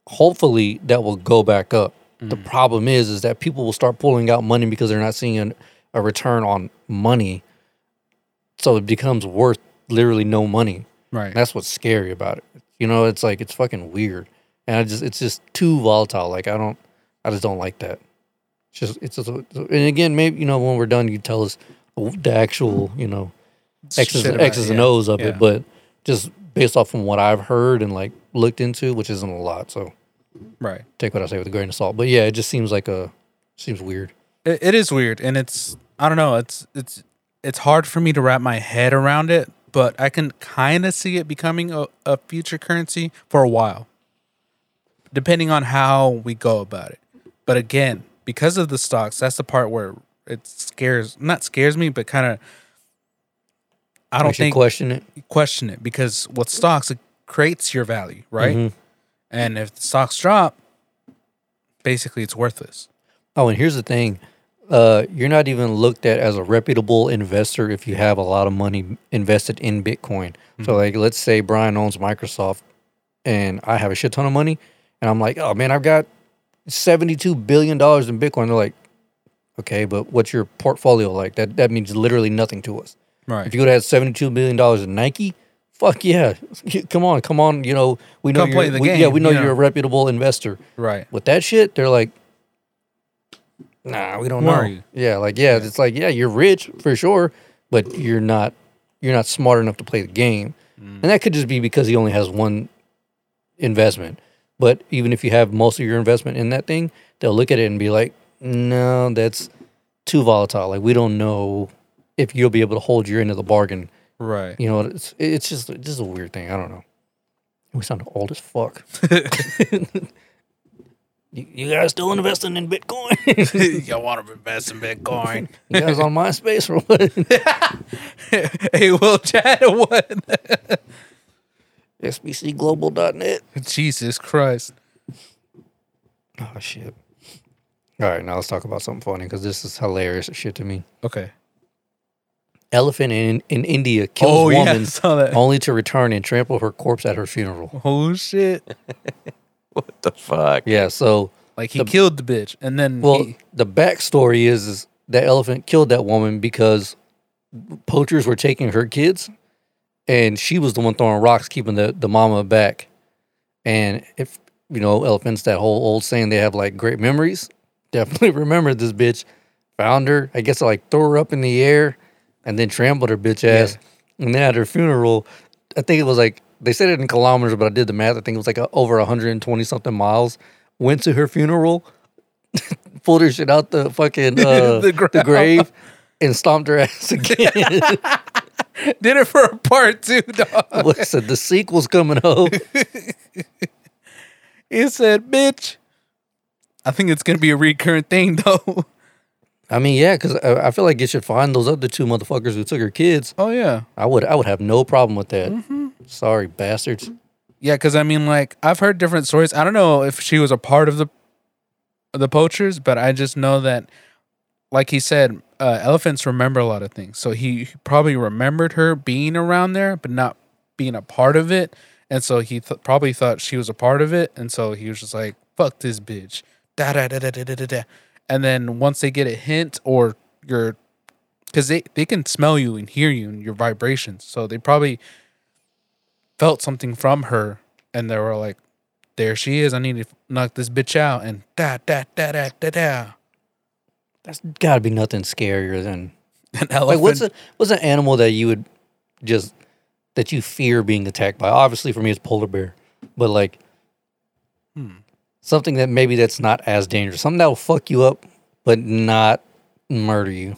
B: hopefully that will go back up. The problem is is that people will start pulling out money because they're not seeing an, a return on money. So it becomes worth literally no money.
C: Right.
B: That's what's scary about it. You know, it's like it's fucking weird, and I just it's just too volatile. Like I don't, I just don't like that. It's just it's just, and again maybe you know when we're done you tell us the actual you know X's,
C: Shit
B: and
C: about it,
B: X's and
C: yeah.
B: O's of
C: Yeah.
B: it, but just based off from what I've heard and like looked into, which isn't a lot, so
C: Right.
B: take what I say with a grain of salt. But yeah, it just seems like a seems weird.
C: It, it is weird, and it's I don't know. It's it's it's hard for me to wrap my head around it, but I can kind of see it becoming a, a future currency for a while, depending on how we go about it. But again, because of the stocks, that's the part where it scares not scares me, but kind of I don't
B: Makes you
C: think
B: question it.
C: question it because with stocks it creates your value, right?
B: Mm-hmm.
C: And if the stocks drop, basically it's worthless.
B: Oh, and here's the thing. Uh, you're not even looked at as a reputable investor if you have a lot of money invested in Bitcoin.
C: Mm-hmm.
B: So, like, let's say Brian owns Microsoft and I have a shit ton of money, and I'm like, oh man, I've got $72 billion in Bitcoin. They're like, okay, but what's your portfolio like? That, that means literally nothing to us.
C: Right.
B: If you would have had $72 billion in Nike, fuck yeah. Come on, come on. You know, we know,
C: Come play
B: you're-
C: the
B: we- yeah,
C: game,
B: we know
C: you know.
B: you're a reputable investor
C: right.
B: with that shit, they're like, nah, we don't
C: Who
B: know.
C: are you?
B: Yeah, like yeah, it's like yeah, you're rich for sure, but you're not you're not smart enough to play the game, and that could just be because he only has one investment. But even if you have most of your investment in that thing, they'll look at it and be like, no, that's too volatile. Like we don't know if you'll be able to hold your end of the bargain.
C: Right.
B: You know, it's it's just it's just a weird thing. I don't know. We sound old as fuck. you, you guys still investing in Bitcoin?
C: you want to invest in Bitcoin?
B: you guys on MySpace or what?
C: hey, Will Chad, what?
B: SBCglobal.net.
C: Jesus Christ.
B: Oh shit. All right, now let's talk about something funny because this is hilarious as shit to me.
C: Okay.
B: Elephant in, in India kills
C: Oh, yeah, I
B: woman
C: saw that.
B: only to return and trample her corpse at her funeral.
C: Oh shit!
E: What the fuck?
B: Yeah, so
C: Like he
B: The-
C: killed the bitch, and then
B: Well,
C: he-
B: the backstory is, is that elephant killed that woman because poachers were taking her kids, and she was the one throwing rocks, keeping the, the mama back. And if you know elephants, that whole old saying they have like great memories. Definitely remember this bitch. Found her, I guess, I like threw her up in the air, and then trampled her bitch ass. And then at her funeral, I think it was like they said it in kilometers, but I did the math. I think it was like uh over 120 something miles. Went to her funeral, pulled her shit out the fucking uh,
C: The
B: the,
C: ground.
B: grave, and stomped her ass again.
C: did it for a part two, dog.
B: What said the sequel's coming up.
C: He said, "Bitch, I think it's gonna be a recurrent thing though.
B: I mean, yeah, because I, I feel like it should find those other two motherfuckers who took her kids.
C: oh yeah,
B: I would, I would have no problem with that. Sorry, bastards.
C: yeah. Because I mean, like I've heard different stories. I don't know if she was a part of the the poachers, but I just know that, like he said, uh, elephants remember a lot of things. So he probably remembered her being around there, but not being a part of it. And so he th- probably thought she was a part of it. And so he was just like, "Fuck this bitch." Da da da da da da da. da. And then once they get a hint or your because they, they can smell you and hear you and your vibrations. So they probably felt something from her and they were like, there she is. I need to knock this bitch out. And da, da, da, da, da, da.
B: That's got to be nothing scarier than
C: An elephant.
B: like what's a, what's an animal that you would just that you fear being attacked by? Obviously, for me, it's polar bear, but like
C: Hmm.
B: something that maybe that's not as dangerous, something that will fuck you up but not murder you.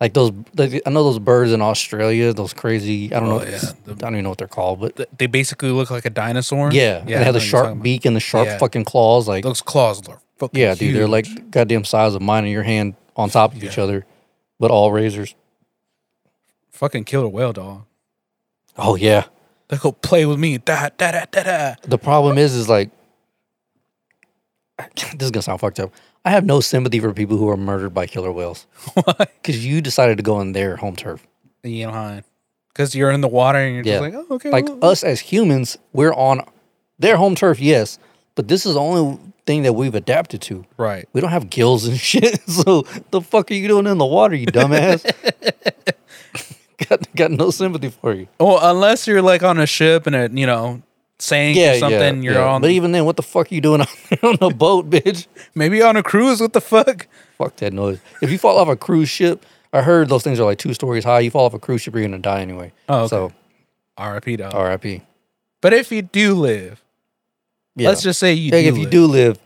B: Like those, like, I know those birds in Australia, those crazy. I don't
C: Oh,
B: know.
C: yeah,
B: I don't even know what they're called, but
C: Th- They basically look like a dinosaur.
B: yeah, yeah.
C: I
B: They have the
C: know what you're talking
B: sharp
C: about.
B: beak and the sharp
C: Yeah.
B: fucking claws. Like
C: Those claws look fucking
B: yeah, dude, they're
C: huge.
B: like goddamn size of mine and your hand on top of each
C: Yeah.
B: other, but all razors.
C: fucking killer whale dog.
B: Oh yeah.
C: They go play with me. Da, da, da, da, da.
B: The problem is, is like this is gonna sound fucked up. I have no sympathy for people who are murdered by killer whales
C: Why?
B: because you decided to go on their home turf.
C: You know, because you're in the water and you're
B: Yeah.
C: just like, oh, okay.
B: Like uh,
C: well,
B: us as humans, we're on their home turf, yes, but this is the only thing that we've adapted to.
C: Right.
B: We don't have gills and shit, so the fuck are you doing in the water, you dumbass? got got no sympathy for you.
C: Well, unless you're like on a ship and it, you know, sank
B: Yeah,
C: or something,
B: yeah,
C: you're
B: yeah.
C: on
B: But even then, what the fuck are you doing on, on a boat, bitch?
C: maybe on a cruise. What the fuck?
B: Fuck that noise. If you fall off a cruise ship, I heard those things are like two stories high. You fall off a cruise ship, you're gonna die anyway.
C: Oh, okay.
B: so
C: R.I.P. Dog.
B: R.I.P.
C: But if you do live,
B: Yeah.
C: let's just say you
B: Like,
C: do.
B: if you
C: live.
B: do live,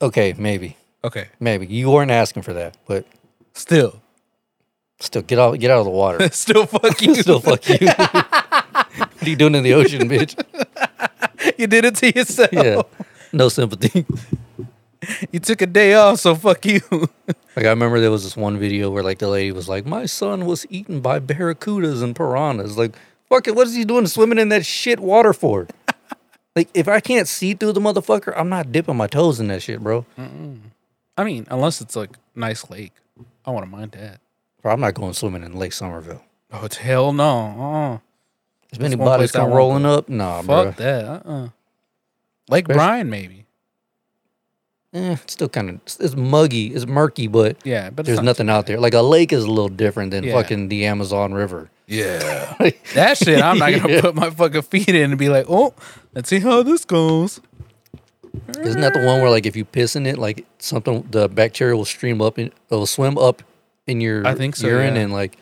B: okay, maybe,
C: okay,
B: maybe you weren't asking for that, but
C: still,
B: still, get out, get out of the water.
C: still fuck you.
B: still, fuck you. what are you doing in the ocean, bitch?
C: you did it to yourself.
B: Yeah, no sympathy.
C: You took a day off, so fuck you.
B: Like I remember there was this one video where like the lady was like, "My son was eaten by barracudas and piranhas." Like, fuck it, what is he doing swimming in that shit water for? like, if I can't see through the motherfucker, I'm not dipping my toes in that shit, bro.
C: I mean, unless it's like nice lake, I want to mind that.
B: Bro, I'm not going swimming in Lake Somerville.
C: Oh, it's hell no.
B: As many
C: one
B: bodies
C: place I
B: come
C: won't
B: rolling up,
C: Uh,
B: nah, bro.
C: fuck that. Uh. uh Lake
B: Chris-
C: Bryan, maybe.
B: Eh, it's still kind of it's, it's muggy, it's murky, but
C: Yeah, but it's
B: there's
C: not-
B: nothing out there. Like a lake is a little different than
C: Yeah.
B: fucking the Amazon River.
C: Yeah, that shit. I'm not gonna
B: Yeah.
C: put my fucking feet in and be like, oh, let's see how this goes.
B: Isn't that the one where like if you piss in it, like something the bacteria will stream up and will swim up in your
C: I think so,
B: urine
C: yeah.
B: and like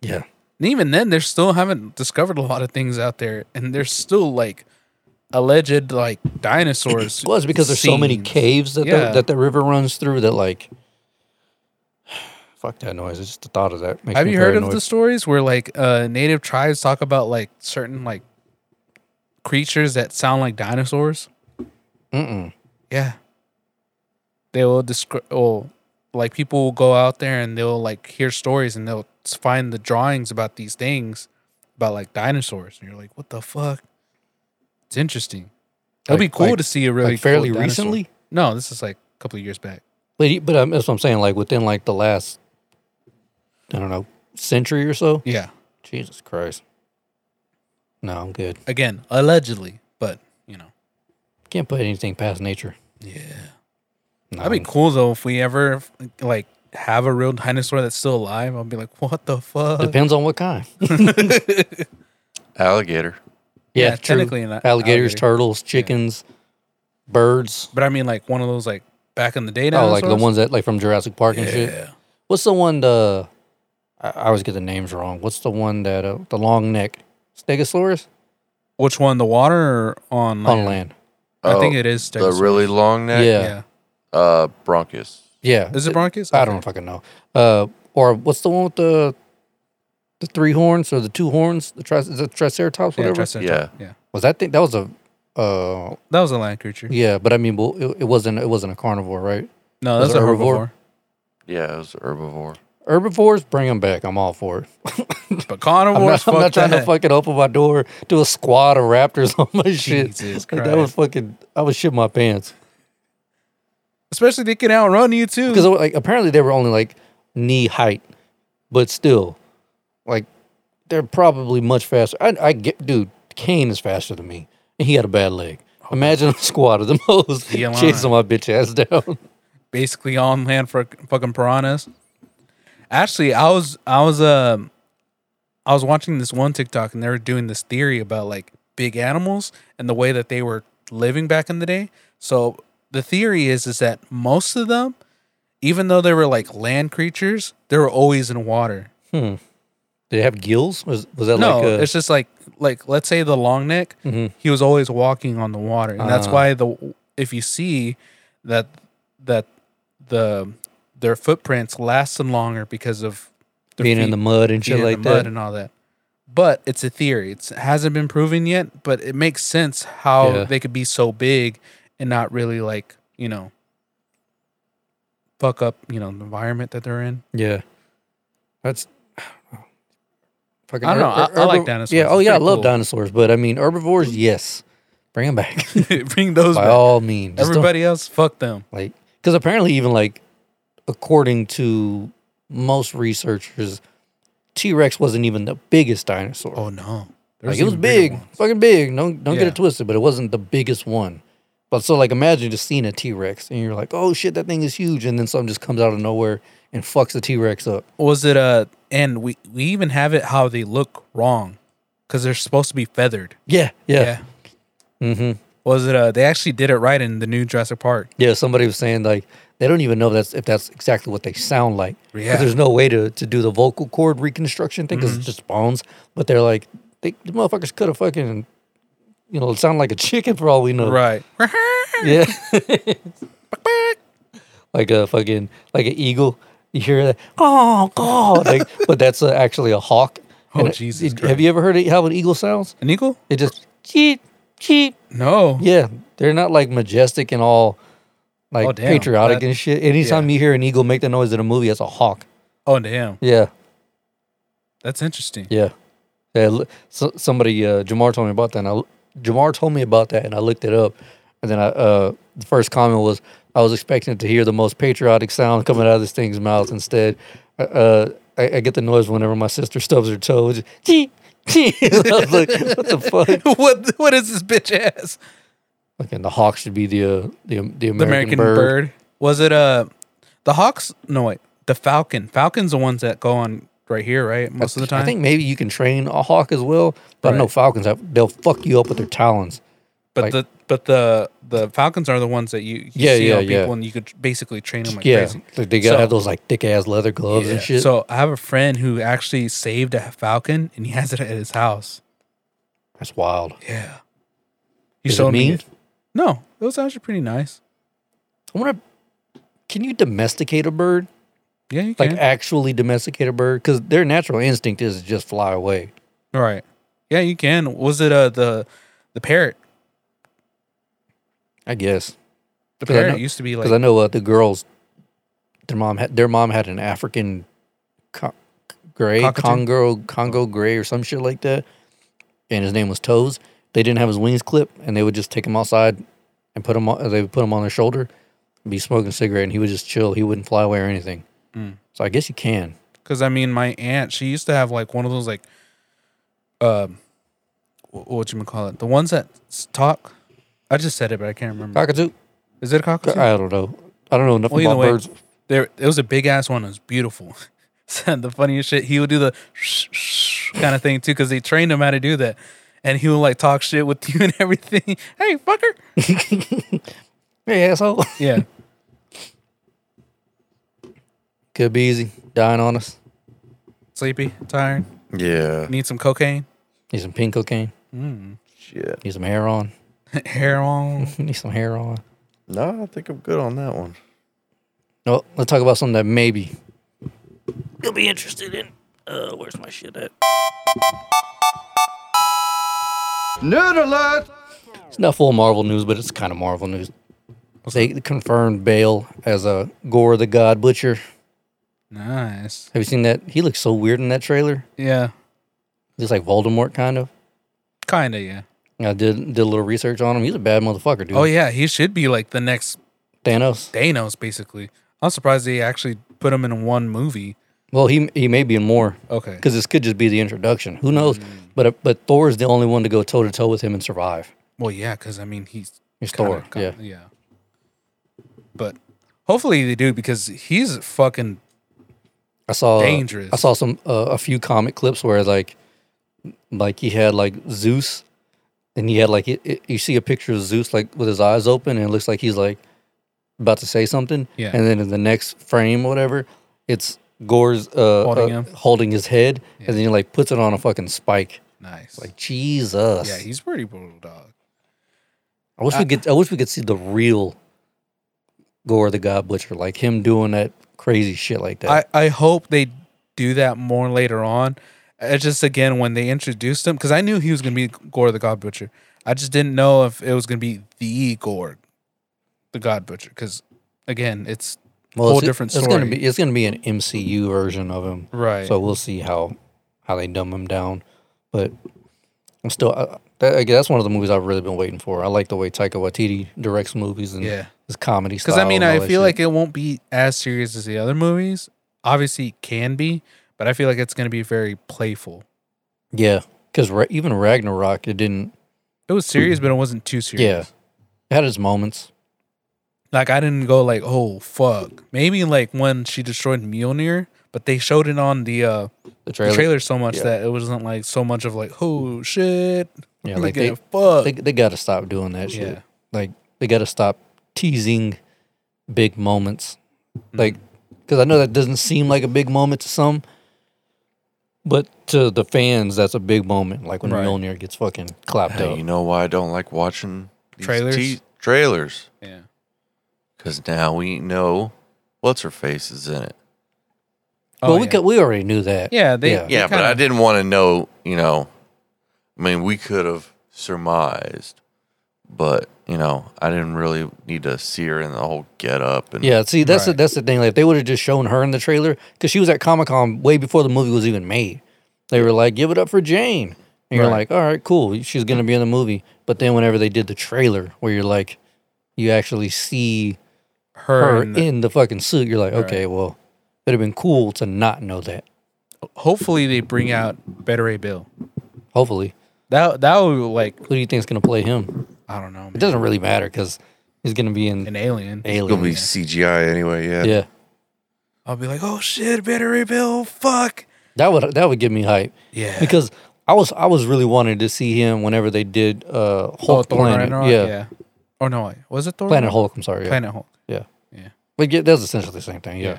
B: yeah.
C: And even then, they still haven't discovered a lot of things out there, and there's still like alleged like dinosaurs.
B: Well, it's because there's so many
C: scenes.
B: caves that
C: Yeah.
B: the, that the river runs through that like fuck that noise. It's just the thought of that. Makes
C: Have
B: me
C: you heard of
B: paranoid.
C: the stories where like uh, native tribes talk about like certain like creatures that sound like dinosaurs?
B: Mm-mm.
C: Yeah, they will describe. Well, like people will go out there and they'll like hear stories and they'll s- find the drawings about these things about like dinosaurs, and you're like, what the fuck? It's interesting.
B: Like-
C: It'd be cool
B: like-
C: to see a really
B: like fairly
C: cool dinosaur.
B: recently?
C: No, this is like a couple of years back.
B: But he- but um, that's what I'm saying. Like within like the last I don't know century or so.
C: Yeah,
B: Jesus Christ. No, I'm good.
C: again, allegedly, but you know.
B: Can't put anything past nature.
C: Yeah.
B: No,
C: That'd be cool though if we ever like have a real dinosaur that's still alive. I'll be like, what the fuck?
B: depends on what kind.
E: Alligator.
B: Yeah,
C: Yeah,
B: true.
C: technically an a-
B: alligators,
C: alligator.
B: turtles, chickens, birds.
C: But I mean, like one of those like back in the day.
B: Oh, like the
C: dinosaurs?
B: ones that like from Jurassic Park and shit.
C: Yeah.
B: What's the one the? I, I always get the names wrong. What's the one that uh, the long neck Stegosaurus
C: Which one? The water or on land?
B: on land?
C: I
E: Oh,
C: think it is.
E: The
C: Stegosaurus.
E: really long
B: Yeah,
E: neck.
B: yeah.
C: Yeah.
E: Uh, Bronchus.
C: Is it Bronchus?
B: I don't fucking know. Uh, or what's the one with the the three horns or the two horns? The tri- is it Triceratops,
C: Yeah,
B: whatever.
C: Triceratops. yeah.
B: was that thing? That was a Uh,
C: That was a land creature.
B: yeah, but I mean, well, it, it wasn't it wasn't a carnivore, right?
C: No,
B: Was
C: that's a
B: it herbivore?
C: herbivore.
E: Yeah, it was herbivore.
B: Herbivores, bring them back. I'm all for it.
C: But
B: I'm
C: carnivores,
B: not, I'm
C: fuck
B: not trying to
C: that.
B: fucking open my door to a squad of raptors on my shit.
C: Jesus
B: Like, that was
C: Christ.
B: fucking. I would shit my pants
C: Especially they can outrun you too.
B: because like apparently they were only like knee height, but still, like they're probably much faster. I, I get, dude, Kane is faster than me, and he had a bad leg. Imagine a squad of the most
C: The line.
B: chasing my bitch ass down.
C: basically on land for fucking piranhas. Actually, I was I was um I was watching this one TikTok and they were doing this theory about like big animals and the way that they were living back in the day. So the theory is is that most of them, even though they were like land creatures, they were always in water.
B: Did they have gills? Was was that
C: No,
B: like uh, a,
C: it's just like like let's say the long neck, he was always walking on the water, and that's
B: Ah.
C: why the if you see that that the their footprints lasted longer because of their
B: being in
C: feet
B: the mud and shit
C: being in
B: like
C: the mud
B: that?
C: and all that. But it's a theory; it's, it hasn't been proven yet. But it makes sense how
B: Yeah.
C: they could be so big and not really like you know fuck up you know the environment that they're in.
B: Yeah, that's. Fucking
C: I don't know. I- I like
B: herbiv-
C: dinosaurs.
B: Yeah. Oh
C: It's
B: yeah, I
C: pretty
B: love
C: cool.
B: dinosaurs, but I mean herbivores. Yes, bring them back
C: Bring those
B: by
C: back.
B: all means. Just don't-
C: Everybody else, fuck them.
B: like because apparently even like according to most researchers t-rex wasn't even the biggest dinosaur
C: Oh
B: like
C: no, There's
B: it was
C: even bigger
B: big
C: ones.
B: fucking big don't don't get
C: Yeah.
B: it twisted but it wasn't the biggest one but so like imagine just seeing a t-rex and you're like oh shit that thing is huge and then something just comes out of nowhere and fucks the t-rex up
C: was it uh and we we even have it how they look wrong because they're supposed to be feathered
B: yeah yeah yeah,
C: mm-hmm was it uh they actually did it right in the new jurassic park
B: somebody was saying like they don't even know if that's if that's exactly what they sound like 'Cause
C: Yeah. Mm-hmm.
B: there's no way to to do the vocal cord reconstruction thing because it's just bones but they're like they, the motherfuckers could have fucking you know, sound like a chicken for all we know.
C: right
B: Yeah. like a fucking like an eagle. You hear that? Oh god! Like, but that's uh actually a hawk.
C: Oh,
B: And it-
C: Jesus
B: it- Have
C: Christ.
B: you ever heard it- how an eagle sounds?
C: an eagle
B: It just cheep cheep.
C: no
B: Yeah, they're not like majestic and all like
C: Oh, damn.
B: patriotic
C: That-
B: and shit. Anytime you hear an eagle make the noise in a movie, it's a hawk.
C: oh damn
B: Yeah,
C: that's interesting
B: yeah. yeah l- so, somebody, uh, Jamar told me about that. And I, l- Jamar told me about that, and I looked it up. And then I, uh, the first comment was, I was expecting to hear the most patriotic sound coming out of this thing's mouth. Instead, uh, uh, I, I get the noise whenever my sister stubs her toe. It's just, "Tee, tee." I was like, what the fuck?
C: what what is this bitch ass
B: Fucking the hawk should be the uh, the, the American,
C: the american bird.
B: bird.
C: was it uh the hawks no wait the falcon falcons the ones that go on right here right most of the time
B: I think maybe you can train a hawk as well, but I know
C: Right.
B: falcons have they'll fuck you up with their talons.
C: but
B: like-
C: the but the the falcons are the ones that you, you
B: Yeah,
C: see
B: yeah,
C: on people
B: yeah.
C: and you could basically train them like
B: yeah,
C: crazy
B: like they gotta
C: So-
B: have those like thick ass leather gloves
C: Yeah.
B: and shit.
C: So I have a friend who actually saved a falcon and he has it at his house.
B: That's wild.
C: Yeah. He
B: Is it
C: showed me.
B: mean?
C: it. No, it was actually pretty nice.
B: I wonder, can you domesticate a bird?
C: Yeah, you
B: Like
C: can.
B: actually domesticate a bird? Because their natural instinct is to just fly away.
C: All right. Yeah, you can. Was it uh the the parrot?
B: I guess
C: The
B: 'Cause I
C: parrot
B: know-
C: used to be
B: because I
C: like
B: know uh, the girls, their mom had their mom had an African co- gray
C: Cockatoo? Oh.
B: Congo Congo gray or some shit like that, and his name was Toes. They didn't have his wings clipped, and they would just take him outside and put him. On, they would put him on their shoulder, be smoking a cigarette, and he would just chill. He wouldn't fly away or anything.
C: Mm.
B: So I guess you can.
C: Cause I mean, my aunt, she used to have like one of those like, um, what, what you call it? The ones that s- talk. I just said it, but I can't remember.
B: Cockatoo?
C: Is it a cockatoo?
B: I don't know. I don't know enough
C: Well, either
B: about
C: way,
B: birds.
C: there it was a big ass one. It was beautiful. Said the funniest shit. He would do the sh- sh- kind of thing too, because they trained him how to do that, and he would like talk shit with you and everything. hey, fucker.
B: Hey, asshole.
C: Yeah,
B: Could be easy. Dying on us.
C: sleepy, tired,
E: Yeah.
C: need some cocaine,
B: Need some pink cocaine.
E: Shit.
B: Need some hair on.
C: hair on.
B: Need some hair on.
E: No, I think I'm good on that one.
B: No, Oh, let's talk about something that maybe you'll be interested in. Uh, where's my shit at? Nerd alert! It's not full Marvel news, but it's kind of Marvel news. They confirmed Bale as a Gore the God Butcher.
C: Nice.
B: Have you seen that? He looks so weird in that trailer.
C: Yeah.
B: He's like Voldemort, kind of.
C: Kinda, yeah.
B: I did did a little research on him. He's a bad motherfucker, dude.
C: Oh yeah, he should be like the next
B: Thanos.
C: Thanos, basically. I'm surprised they actually put him in one movie.
B: Well, he he may be in more
C: Okay.
B: because this could just be the introduction. Who knows?
C: Mm.
B: But uh, but Thor's the only one to go toe to toe with him and survive.
C: Well, yeah, because I mean he's
B: He's
C: kinda
B: Thor.
C: got-
B: yeah.
C: yeah. But hopefully they do because he's fucking
B: I saw
C: Dangerous.
B: I saw some uh, a few comic clips where like like he had like Zeus, and he had like it, it- you see a picture of Zeus like with his eyes open, and it looks like he's like about to say something.
C: Yeah.
B: And then in the next frame, or whatever, it's Gore's uh,
C: Holding
B: uh,
C: him.
B: holding his head, and then he like puts it on a fucking spike.
C: nice.
B: Like Jesus.
C: yeah, he's pretty brutal, dog.
B: I wish we could. I wish we could see the real Gore the God Butcher, like him doing that crazy shit like that.
C: I, I hope they do that more later on. It's just again when they introduced him because I knew he was gonna be Gore the God Butcher. I just didn't know if it was gonna be the Gore, the God Butcher. Because again, it's whole
B: it's-
C: different
B: It's gonna
C: story.
B: be it's gonna be an MCU version of him,
C: right.
B: so we'll see how how they dumb him down. But I'm still I, that, again, that's one of the movies I've really been waiting for. I like the way Taika Waititi directs movies and
C: Yeah.
B: his comedy style.
C: Because I mean,
B: and all
C: I
B: that
C: feel
B: shit.
C: like it won't be as serious as the other movies. Obviously, it can be, but I feel like it's going to be very playful.
B: yeah, because even Ragnarok, it didn't.
C: It was serious,
B: Hmm.
C: but it wasn't too serious.
B: It had its moments.
C: Like I didn't go like, oh fuck. Maybe like when she destroyed Mjolnir, but they showed it on the uh
B: The trailer,
C: the trailer so much
B: Yeah.
C: that it wasn't like so much of like, oh shit.
B: yeah,
C: we
B: like
C: get
B: they,
C: fucked.
B: they they got to stop doing that shit.
C: Oh. Yeah.
B: Like they got to stop teasing big moments.
C: Mm-hmm.
B: Like cuz I know that doesn't seem like a big moment to some but to the fans that's a big moment like when
C: Right.
B: Mjolnir gets fucking clapped
E: Hey,
B: up.
E: you know why I don't like watching these
C: Trailers?
E: te- trailers?
C: yeah.
E: Because now we know what's her face is in it.
B: Well,
C: Oh,
B: we
C: yeah.
B: could, we already knew that.
C: Yeah, they-
B: yeah.
C: yeah.
E: Yeah, but
C: kinda-
E: I didn't want to know, you know. I mean, we could have surmised, but, you know, I didn't really need to see her in the whole get up. And
B: Yeah, see that's the,
C: Right.
B: that's the thing like if they would have just shown her in the trailer cuz she was at Comic-Con way before the movie was even made. They were like give it up for Jane. And you're like,
C: Right.
B: "All right, cool. She's going to be in the movie." But then whenever they did the trailer where you're like you actually see
C: her,
B: her
C: and
B: in the, fucking suit, you're like, okay, well, it'd have been cool to not know that.
C: hopefully they bring out Better A Bill.
B: Hopefully,
C: That that would like
B: who do you think's gonna play him?
C: I don't know.
B: It
C: man,
B: doesn't really matter because he's gonna be in
C: an alien.
E: It's going
B: Alien.
E: to be CGI anyway, yeah.
B: yeah,
C: I'll be like, oh shit, Better A Bill, fuck.
B: that would that would give me hype
C: Yeah.
B: because I was I was really wanting to see him whenever they did uh
C: Oh,
B: Hulk
C: Thor
B: Planet,
C: Ragnarok?
B: yeah.
C: Or no, wait, was it Thor?
B: Planet
C: Ragnarok?
B: Hulk. I'm sorry, yeah.
C: Planet Hulk.
B: but yeah, that's essentially the same thing, yeah.
C: Yeah.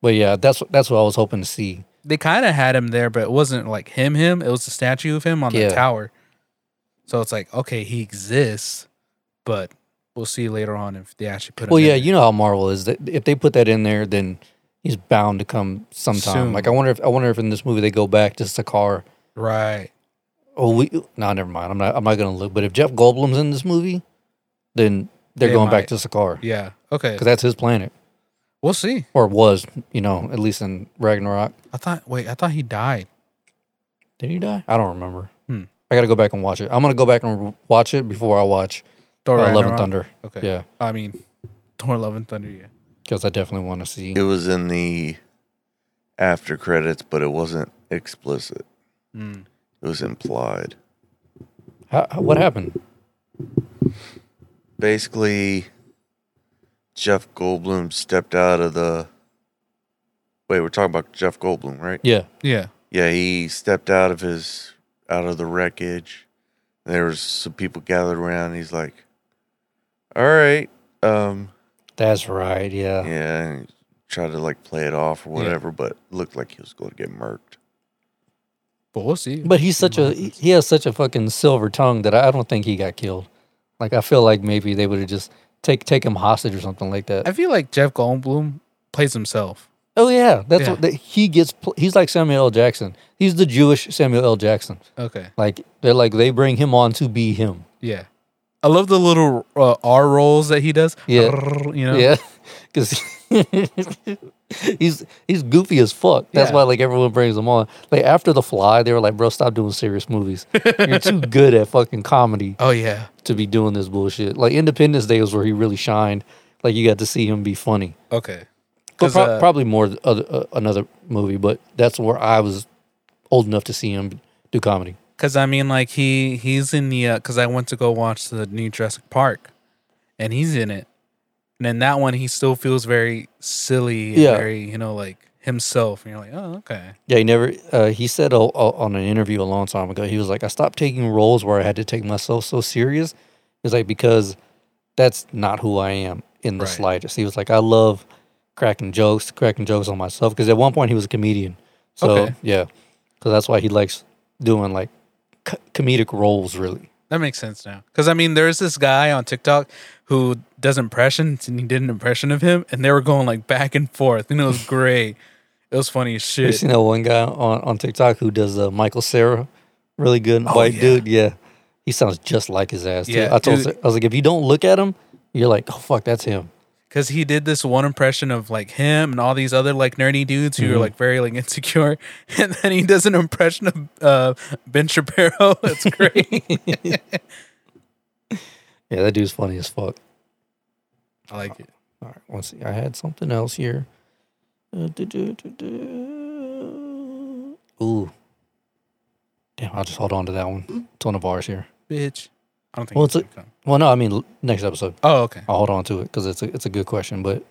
B: But yeah, that's that's what I was hoping to see.
C: They kind of had him there, but it wasn't like him. Him. It was a statue of him on
B: Yeah.
C: the tower. So it's like, okay, he exists, but we'll see later on if they actually put him.
B: Well, yeah,
C: in
B: you know how Marvel is. That if they put that in there, then he's bound to come sometime.
C: Soon.
B: Like I wonder if I wonder if in this movie they go back to Sakaar
C: there. right.
B: Oh, we no, never mind. I'm not. I'm not gonna look. But if Jeff Goldblum's in this movie, then they're
C: They
B: going back
C: might.
B: to Sakaar
C: Yeah. Okay.
B: because that's his planet,
C: We'll see.
B: or was you know at least in Ragnarok.
C: I thought. Wait, I thought he died.
B: Did he die? I don't remember.
C: Hmm.
B: I gotta go back and watch it. I'm gonna go back and re- watch it before I watch
C: Thor.
B: uh, Love and
C: Ragnarok.
B: Thunder.
C: Okay.
B: Yeah,
C: I mean, Thor. Love and Thunder. Yeah.
B: because I definitely want to see.
E: It was in the after credits, but it wasn't explicit.
C: Mm.
E: It was implied.
B: How, how- what happened?
E: basically Jeff Goldblum stepped out of the Wait, we're talking about Jeff Goldblum, right?
B: Yeah,
C: Yeah.
E: Yeah, he stepped out of his out of the wreckage. There was some people gathered around. He's like, "All right, um,
B: that's right. Yeah,
E: yeah," and he tried to like play it off or whatever, but looked like he was going to get murked.
C: But we'll see.
B: but he's such a he he has such a fucking silver tongue that I I don't think he got killed. Like I feel like maybe they would have just take take him hostage or something like that.
C: I feel like Jeff Goldblum plays himself.
B: Oh yeah, that's
C: Yeah.
B: what that he gets. Pl- he's like Samuel L. Jackson. He's the Jewish Samuel L. Jackson.
C: Okay.
B: Like they're like they bring him on to be him.
C: Yeah. I love the little uh, R rolls that he does.
B: Yeah.
C: you know.
B: Yeah, because he's he's goofy as fuck. That's
C: Yeah.
B: why like everyone brings him on. Like after The Fly, they were like, "Bro, stop doing serious movies. You're too good at fucking comedy
C: Oh yeah.
B: to be doing this bullshit." Like Independence Day was where he really shined. Like you got to see him be funny.
C: Okay.
B: But
C: 'Cause,
B: prob-
C: uh,
B: probably more th- other, uh, another movie, but that's where I was old enough to see him do comedy.
C: Cause I mean, like he he's in the because I went to go watch the new Jurassic Park, and he's in it, and in that one he still feels very silly, and
B: Yeah.
C: very you know like himself. And you're like, oh okay,
B: Yeah, he never. Uh, he said oh, oh, on an interview a long time ago. He was like, "I stopped taking roles where I had to take myself so serious." He's like, "Because that's not who I am in the
C: Right.
B: slightest." He was like, "I love cracking jokes, cracking jokes on myself." Because at one point he was a comedian, so
C: Okay.
B: yeah, because that's why he likes doing like co- comedic roles. Really,
C: that makes sense now. Cause I mean, there's this guy on TikTok who does impressions, and he did an impression of him, and they were going like back and forth, and it was great. it was funny as
B: you
C: shit.
B: seen that one guy on, on TikTok who does uh, Michael Sarah, really good white
C: Oh, yeah.
B: dude. Yeah, he sounds just like his ass. Yeah,
C: Yeah,
B: I told.
C: dude.
B: I was like, if you don't look at him, you're like, oh fuck, that's him.
C: because he did this one impression of like him and all these other like nerdy dudes
B: Mm-hmm.
C: who are like very like insecure, and then he does an impression of uh, Ben Shapiro. That's great.
B: Yeah, that dude's funny as fuck.
C: I like it.
B: All right, let's see. I had something else here. Uh, do, do, do, do. Ooh. Damn, I'll just hold on to that one. It's one of ours here.
C: Bitch, I don't think.
B: Well,
C: it's
B: it's
C: gonna come.
B: Well, no, I mean, l- next episode.
C: Oh, okay.
B: I'll hold on to it because it's a, it's a good question, but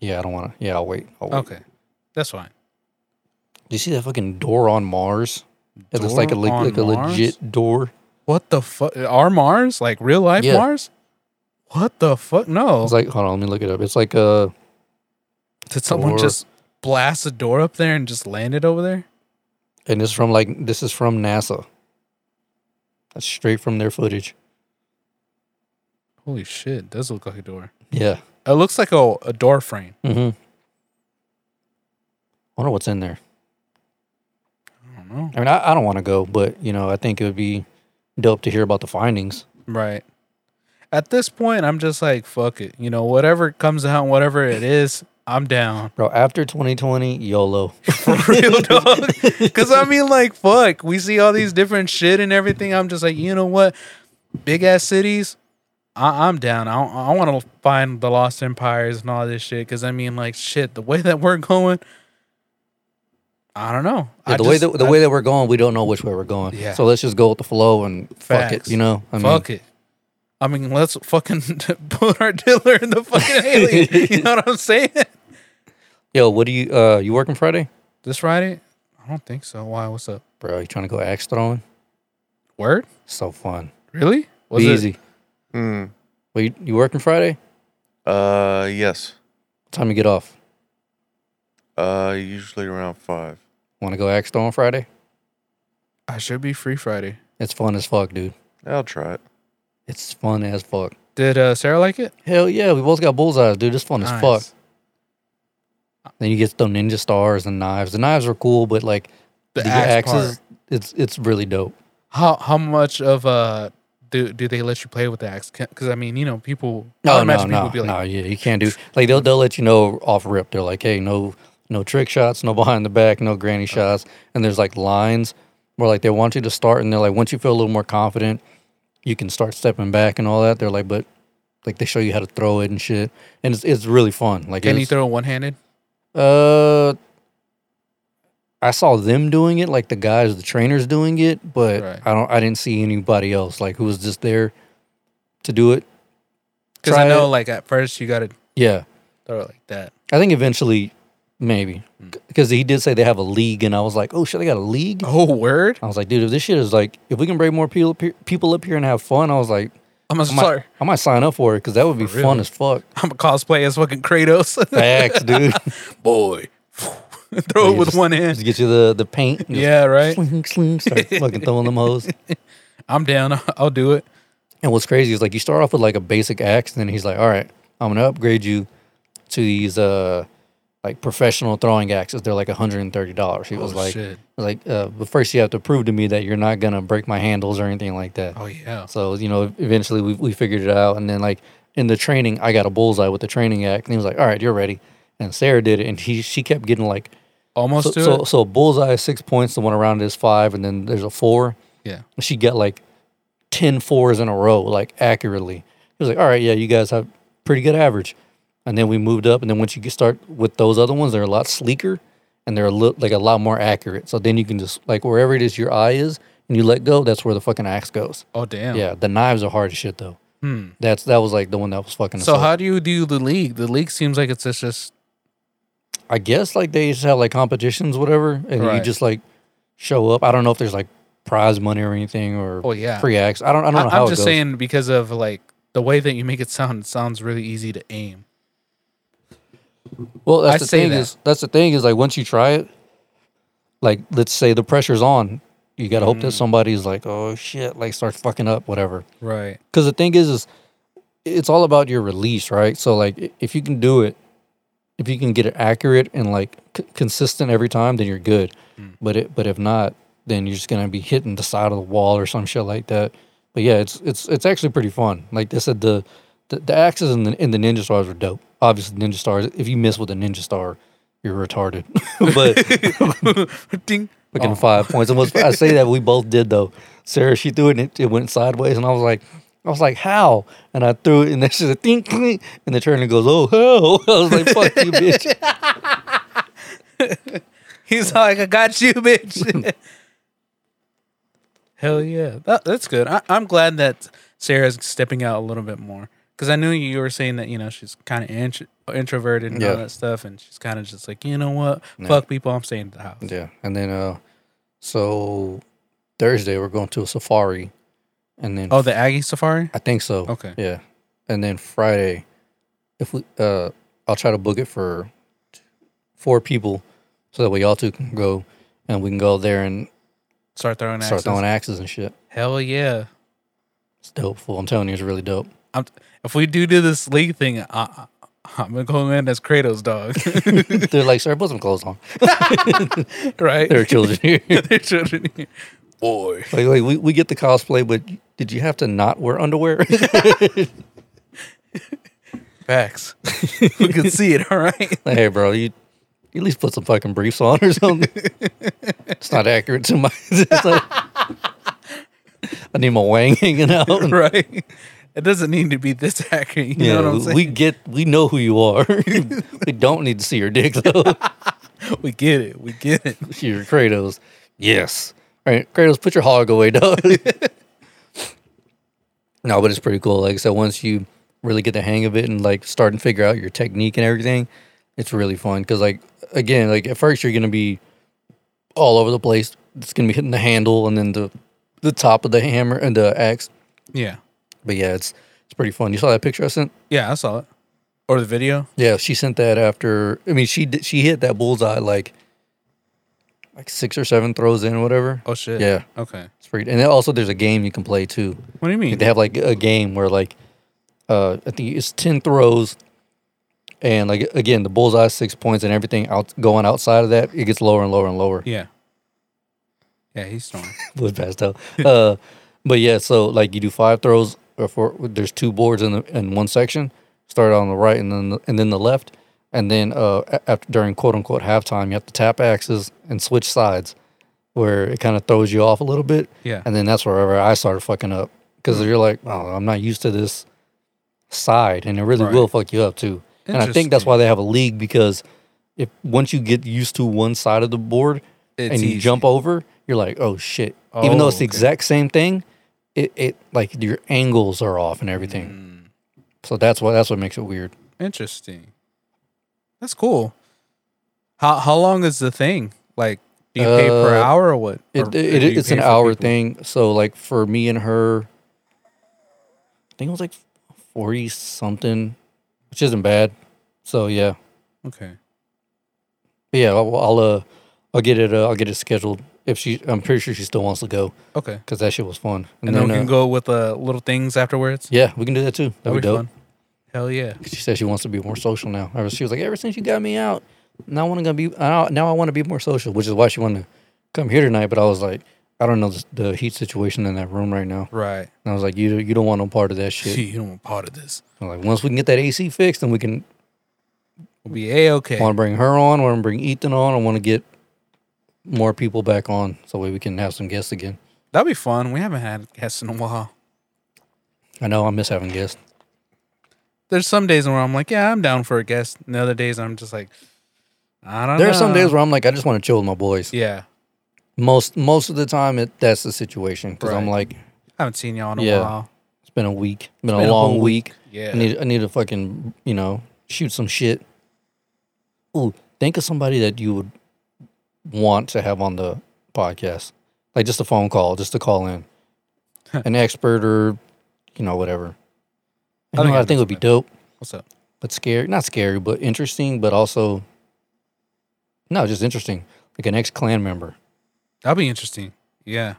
B: yeah, I don't want to. Yeah, I'll wait. I'll wait.
C: Okay, that's fine.
B: Do you see that fucking door on Mars? It looks like a,
C: Door
B: le-
C: on
B: like a
C: Mars?
B: legit door.
C: What the fuck? Our Mars, like real life
B: Yeah.
C: Mars? What the fuck? No.
B: It's like, hold on, let me look it up. It's like uh,
C: Did someone
B: Door.
C: just blast a door up there and just land it over there?
B: and it's from like this is from NASA. That's straight from their footage.
C: Holy shit! it Does look like a door.
B: Yeah.
C: It looks like a, a door frame.
B: Mm-hmm. I wonder what's in there.
C: I don't know.
B: I mean, I, I don't want to go, but you know, I think it would be dope to hear about the findings.
C: Right. At this point, I'm just like, fuck it. You know, whatever comes out, whatever it is, I'm down.
B: Bro, after 2020, YOLO.
C: For real, dog. Because I mean, like, fuck. We see all these different shit and everything. I'm just like, you know what? Big ass cities, I- I'm down. I, I want to find the lost empires and all this shit. Because I mean, like, shit, the way that we're going, I don't know.
B: Yeah,
C: I
B: the way
C: just-
B: that the
C: I-
B: way that we're going, we don't know which way we're going.
C: Yeah.
B: So let's just go with the flow and fuck it.
C: Facts.
B: You know, I mean,
C: fuck it. I mean, let's fucking put our dealer in the fucking alien. you know what I'm saying?
B: yo, what do you uh you working Friday,
C: This Friday? I don't think so. Why? What's up?
B: bro? You trying to go axe throwing?
C: Word?
B: So fun.
C: Really? Was
B: be
C: it-
B: easy.
E: Hmm.
B: Well, you, you working Friday?
E: Uh, yes.
B: time you get off?
E: Uh, usually around five.
B: Want to go axe throwing Friday?
C: I should be free Friday.
B: It's fun as fuck, dude.
E: I'll try it.
B: It's fun as fuck.
C: Did uh, Sarah like it?
B: Hell yeah, we both got bullseyes, dude. It's fun as fuck.
C: Nice.
B: Then you get the ninja stars and knives. The knives are cool, but like
C: The, axe part.
B: it's it's really dope.
C: How how much of uh do do they let you play with the axe? Because I mean, you know, people. I
B: Oh, No,
C: would
B: no,
C: imagine
B: no,
C: would be like,
B: no. Yeah, you can't do like they'll they'll let you know off rip. They're like, hey, no, no trick shots, no behind the back, no granny
C: Uh-huh.
B: shots. And there's like lines where like they want you to start, and they're like, once you feel a little more confident, you can start stepping back and all that. They're like, but like they show you how to throw it and shit, and it's it's really fun. Like,
C: can you
B: it's-
C: throw one handed?
B: Uh, I saw them doing it, like the guys, the trainers doing it, but
C: Right.
B: I don't. I didn't see anybody else like who was just there to do it.
C: Because
B: Try
C: I know,
B: it.
C: like at first you got to
B: Yeah,
C: throw it like that.
B: I think eventually, maybe,
C: Mm.
B: because he did say they have a league, and I was like, oh shit, they got a league.
C: Oh, word!
B: I was like, dude, if this shit is like, if we can bring more people people up here and have fun, I was like,
C: I'm a
B: I might,
C: sorry.
B: I might sign up for it because that would be
C: For
B: fun
C: real.
B: as fuck.
C: I'm a cosplay as fucking Kratos,
B: Facts, dude.
C: boy. throw it
B: You
C: with
B: just-
C: one
B: Just
C: hand.
B: get you the the paint. and just
C: Yeah, right.
B: Sling, sling, start fucking throwing them hoes.
C: I'm down. I'll do it.
B: And what's crazy is like you start off with like a basic axe, and then he's like, "All right, I'm gonna upgrade you to these uh like professional throwing axes. They're like $130. He was
C: Oh,
B: like,
C: shit.
B: like, uh, but first you have to prove to me that you're not gonna break my handles or anything like that.
C: Oh yeah.
B: So you know, eventually we we figured it out, and then like in the training, I got a bullseye with the training act, and he was like, "All right, you're ready." And Sarah did it, and he she kept getting like so
C: Almost to
B: so,
C: it.
B: so bullseye is six points, the one around it is five, and then there's a four.
C: Yeah.
B: And she got like 10 fours in a row, like accurately. He was like, all right, yeah, you guys have pretty good average. And then we moved up. And then once you get start with those other ones, they're a lot sleeker and they're a li- like a lot more accurate. So then you can just like wherever it is your eye is and you let go, that's where the fucking axe goes.
C: Oh damn.
B: Yeah. The knives are hard as shit though. Hmm. That's that was like the one that was fucking. us
C: So
B: up.
C: how do you do the league? The league seems like it's just, just
B: I guess like they used to have like competitions, whatever, and you
C: Right.
B: just like show up. I don't know if there's like prize money or anything or
C: Oh, yeah.
B: free acts. I don't. I don't know
C: I,
B: how
C: am
B: it
C: just
B: goes.
C: saying because of like the way that you make it sound, it sounds really easy to aim.
B: Well, that's
C: I
B: the
C: say
B: thing
C: that.
B: is that's the thing is like once you try it, like let's say the pressure's on, you gotta hope that
C: Mm.
B: somebody's like, oh shit, like starts fucking up, whatever.
C: Right.
B: Because the thing is, is it's all about your release, right? So like i- if you can do it, if you can get it accurate and like c- consistent every time, then you're good. But it, but if not, then you're just gonna be hitting the side of the wall or some shit like that. But yeah, it's it's it's actually pretty fun. Like I said, the the, the axes and the, and the ninja stars are dope. Obviously, ninja stars. If you miss with a ninja star, you're retarded. but
C: Ding.
B: Fucking five points. And what's I say that we both did though. Sarah, she threw it and it, it went sideways, and I was like, I was like, how? And I threw it, and then she's like, think, clink, and the turner goes, oh hell! I was like, fuck you, bitch.
C: He's like, I got you, bitch. Hell yeah. That, that's good. I, I'm glad that Sarah's stepping out a little bit more. Because I knew you were saying that, you know, she's kind of intro- introverted and all
B: Yeah.
C: that stuff. And she's kind of just like, you know what? Fuck people. I'm staying at the house.
B: Yeah, and then uh, so Thursday we're going to a safari, and then
C: Oh, the Aggie Safari?
B: I think so.
C: Okay.
B: Yeah, and then Friday, if we uh, I'll try to book it for four people, so that way y'all two can go, and we can go there and
C: Start throwing axes.
B: start throwing axes and shit.
C: Hell yeah.
B: It's dope. Fool. I'm telling you, it's really dope.
C: I'm, if we do do this league thing, I, I, I'm going to go in as Kratos, dog.
B: They're like, sir, put some clothes on.
C: right?
B: There are children here. like,
C: They're children. Boy.
B: like we, we get the cosplay, but did you have to not wear underwear?
C: Facts. we can see it, all right?
B: Like, hey, bro, you, you at least put some fucking briefs on or something. it's not accurate to my. it's like- I need my wang hanging out.
C: right? It doesn't need to be this accurate. You
B: Yeah,
C: know what I'm saying?
B: we get we know who you are. we don't need to see your dick though.
C: We, get it. We get it.
B: your Kratos. Yes. All right, Kratos, put your hog away, dog. no, but it's pretty cool. Like I said, once you really get the hang of it and like start and figure out your technique and everything, it's really fun. Cause like again, like at first you're gonna be all over the place. It's gonna be hitting the handle and then the the top of the hammer and the axe.
C: Yeah.
B: But yeah, it's it's pretty fun. You saw that picture I sent?
C: Yeah, I saw it. Or the video.
B: Yeah, she sent that after. I mean, she did, she hit that bullseye like like six or seven throws in, whatever.
C: Oh shit.
B: Yeah.
C: Okay.
B: It's pretty, and then also there's a game you can play too.
C: What do you mean?
B: They have like a game where like uh, I think it's ten throws, and like again the bullseye is six points and everything out going outside of that it gets lower and lower and lower.
C: yeah. Yeah, he's snoring.
B: was passed out. Uh, but yeah, so like you do five throws or four. There's two boards in the in one section. Start on the right and then the, and then the left, and then uh, a- after during quote unquote halftime, you have to tap axes and switch sides, where it kind of throws you off a little bit.
C: Yeah. Mm-hmm.
B: and then that's wherever I started fucking up because you're like, oh, I'm not used to this side, and it really will fuck you up too. And I think that's
C: Interesting.
B: why they have a league because if once you get used to one side of the board
C: It's
B: and you
C: easy.
B: jump over, you're like, oh shit. Even though
C: Oh,
B: it's the
C: okay.
B: exact same thing, it, it like your angles are off and everything.
C: Mm.
B: So that's what that's what makes it weird.
C: Interesting. That's cool. How how long is the thing? Like, do you pay per
B: Uh,
C: hour or what?
B: It,
C: Or
B: it,
C: do
B: it-
C: you
B: it's
C: pay
B: an
C: for
B: hour
C: people?
B: thing. So like for me and her, I think it was like forty something, which isn't bad. So yeah,
C: Okay.
B: but yeah, I'll, I'll uh, I'll get it. Uh, I'll get it scheduled. If she, I'm pretty sure she still wants to go
C: Okay.
B: because that shit was fun.
C: And, then, we
B: uh,
C: can go with uh, little things afterwards.
B: Yeah, we can do that too. That'd be dope.
C: Hell yeah.
B: She said she wants to be more social now. Ever- She was like, ever since you got me out, now I want to be now now I want to be more social, which is why she wanted to come here tonight. But I was like, I don't know the, the heat situation in that room right now.
C: Right.
B: And I was like, you you don't want no part of that shit.
C: Gee, you don't want part of this.
B: I'm like once we can get that AC fixed, then we can
C: We'll be a okay.
B: want to bring her on. Want to bring Ethan on. I want to get more people back on so we can have some guests again.
C: That'd be fun. We haven't had guests in a while.
B: I know I miss having guests.
C: There's some days where I'm like, yeah, I'm down for a guest. And the other days I'm just like, I don't know.
B: There are some days where I'm like, I just want to chill with my boys.
C: yeah,
B: Most most of the time, it that's the situation because I'm
C: Right.
B: like,
C: I haven't seen y'all in a
B: Yeah.
C: while.
B: it's been a week, it's been,
C: been
B: a
C: a
B: long
C: whole
B: week.
C: Yeah.
B: I need I need to fucking you know shoot some shit. Ooh, think of somebody that you would want to have on the podcast, like just a phone call, just to call in, an expert or you know whatever. I,
C: I think
B: know,
C: I
B: I think it would be dope,
C: What's up?
B: but scary, not scary, but interesting, but also no, just interesting, like an ex clan member.
C: That'd be interesting. Yeah.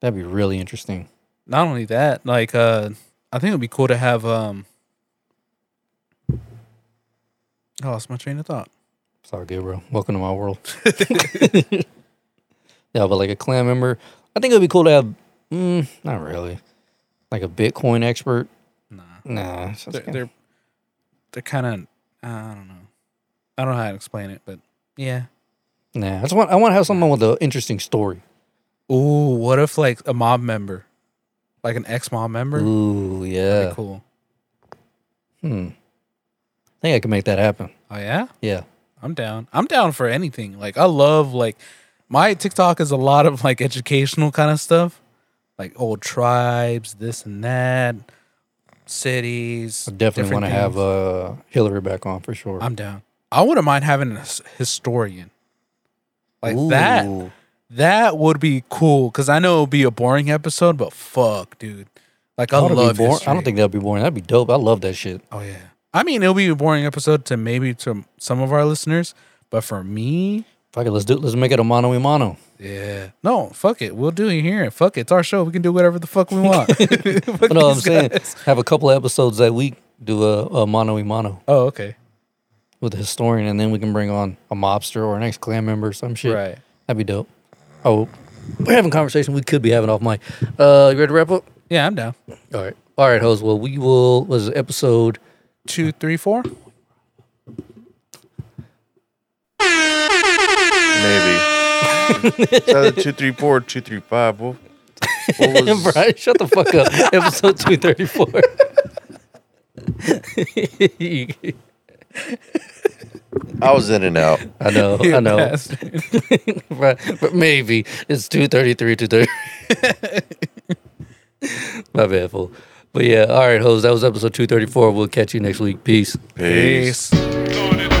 B: That'd be really interesting.
C: Not only that, like uh I think it'd be cool to have um I lost my train of thought.
B: It's all good, bro. Welcome to my world. yeah, but like a clan member, I think it would be cool to have. Mm, not really. Like a Bitcoin expert.
C: Nah.
B: Nah, it's just
C: They're
B: kinda-
C: they're, they're kinda I don't know. I don't know how to explain it, but yeah.
B: nah. I just want I want to have someone with an interesting story.
C: Ooh, what if like a mob member? Like an ex mob member?
B: Ooh,
C: That'd
B: yeah.
C: be cool.
B: Hmm. I think I can make that happen.
C: Oh yeah?
B: Yeah.
C: I'm down. I'm down for anything. Like I love like my TikTok is a lot of like educational kind of stuff, like old tribes, this and that, cities.
B: I definitely want
C: different
B: to have uh,
C: things.
B: Hillary back on for sure.
C: I'm down. I wouldn't mind having a his- historian. Like that.
B: Ooh.
C: That would be cool because I know it would be a boring episode, but fuck, dude. Like I
B: That would be
C: love.
B: bor- I
C: history.
B: don't think that'd be boring. That'd be dope. I love that shit.
C: Oh yeah. I mean, it'll be a boring episode to maybe to some of our listeners, but for me,
B: Fuck it. Let's do. Let's make it a mono y mono.
C: Yeah. No, fuck it. We'll do it here. Fuck it. It's our show. We can do whatever the fuck we want. Fuck
B: You know what I'm
C: these
B: saying?
C: guys.
B: Have a couple of episodes that week. Do a, a mono y mono.
C: Oh, okay.
B: with a historian, and then we can bring on a mobster or an ex clan member or some shit.
C: Right.
B: That'd be dope. Oh, we're having a conversation we could be having off mic. Uh, you ready to wrap up?
C: Yeah, I'm down.
B: All right. All right, hoes. Well, we will. Was it episode?
C: Two, three, four.
E: Maybe. It's either 234 235. What, what was
B: Brian, shut the fuck up. episode two thirty four.
E: I was in and out.
B: I know. I know.
C: Bastard.
B: Right, but maybe it's two thirty three to thirty. My bad, fool. But yeah, all right, hoes. That was episode two thirty four. We'll catch you next week. Peace.
E: Peace.
C: Peace.
A: Lord, it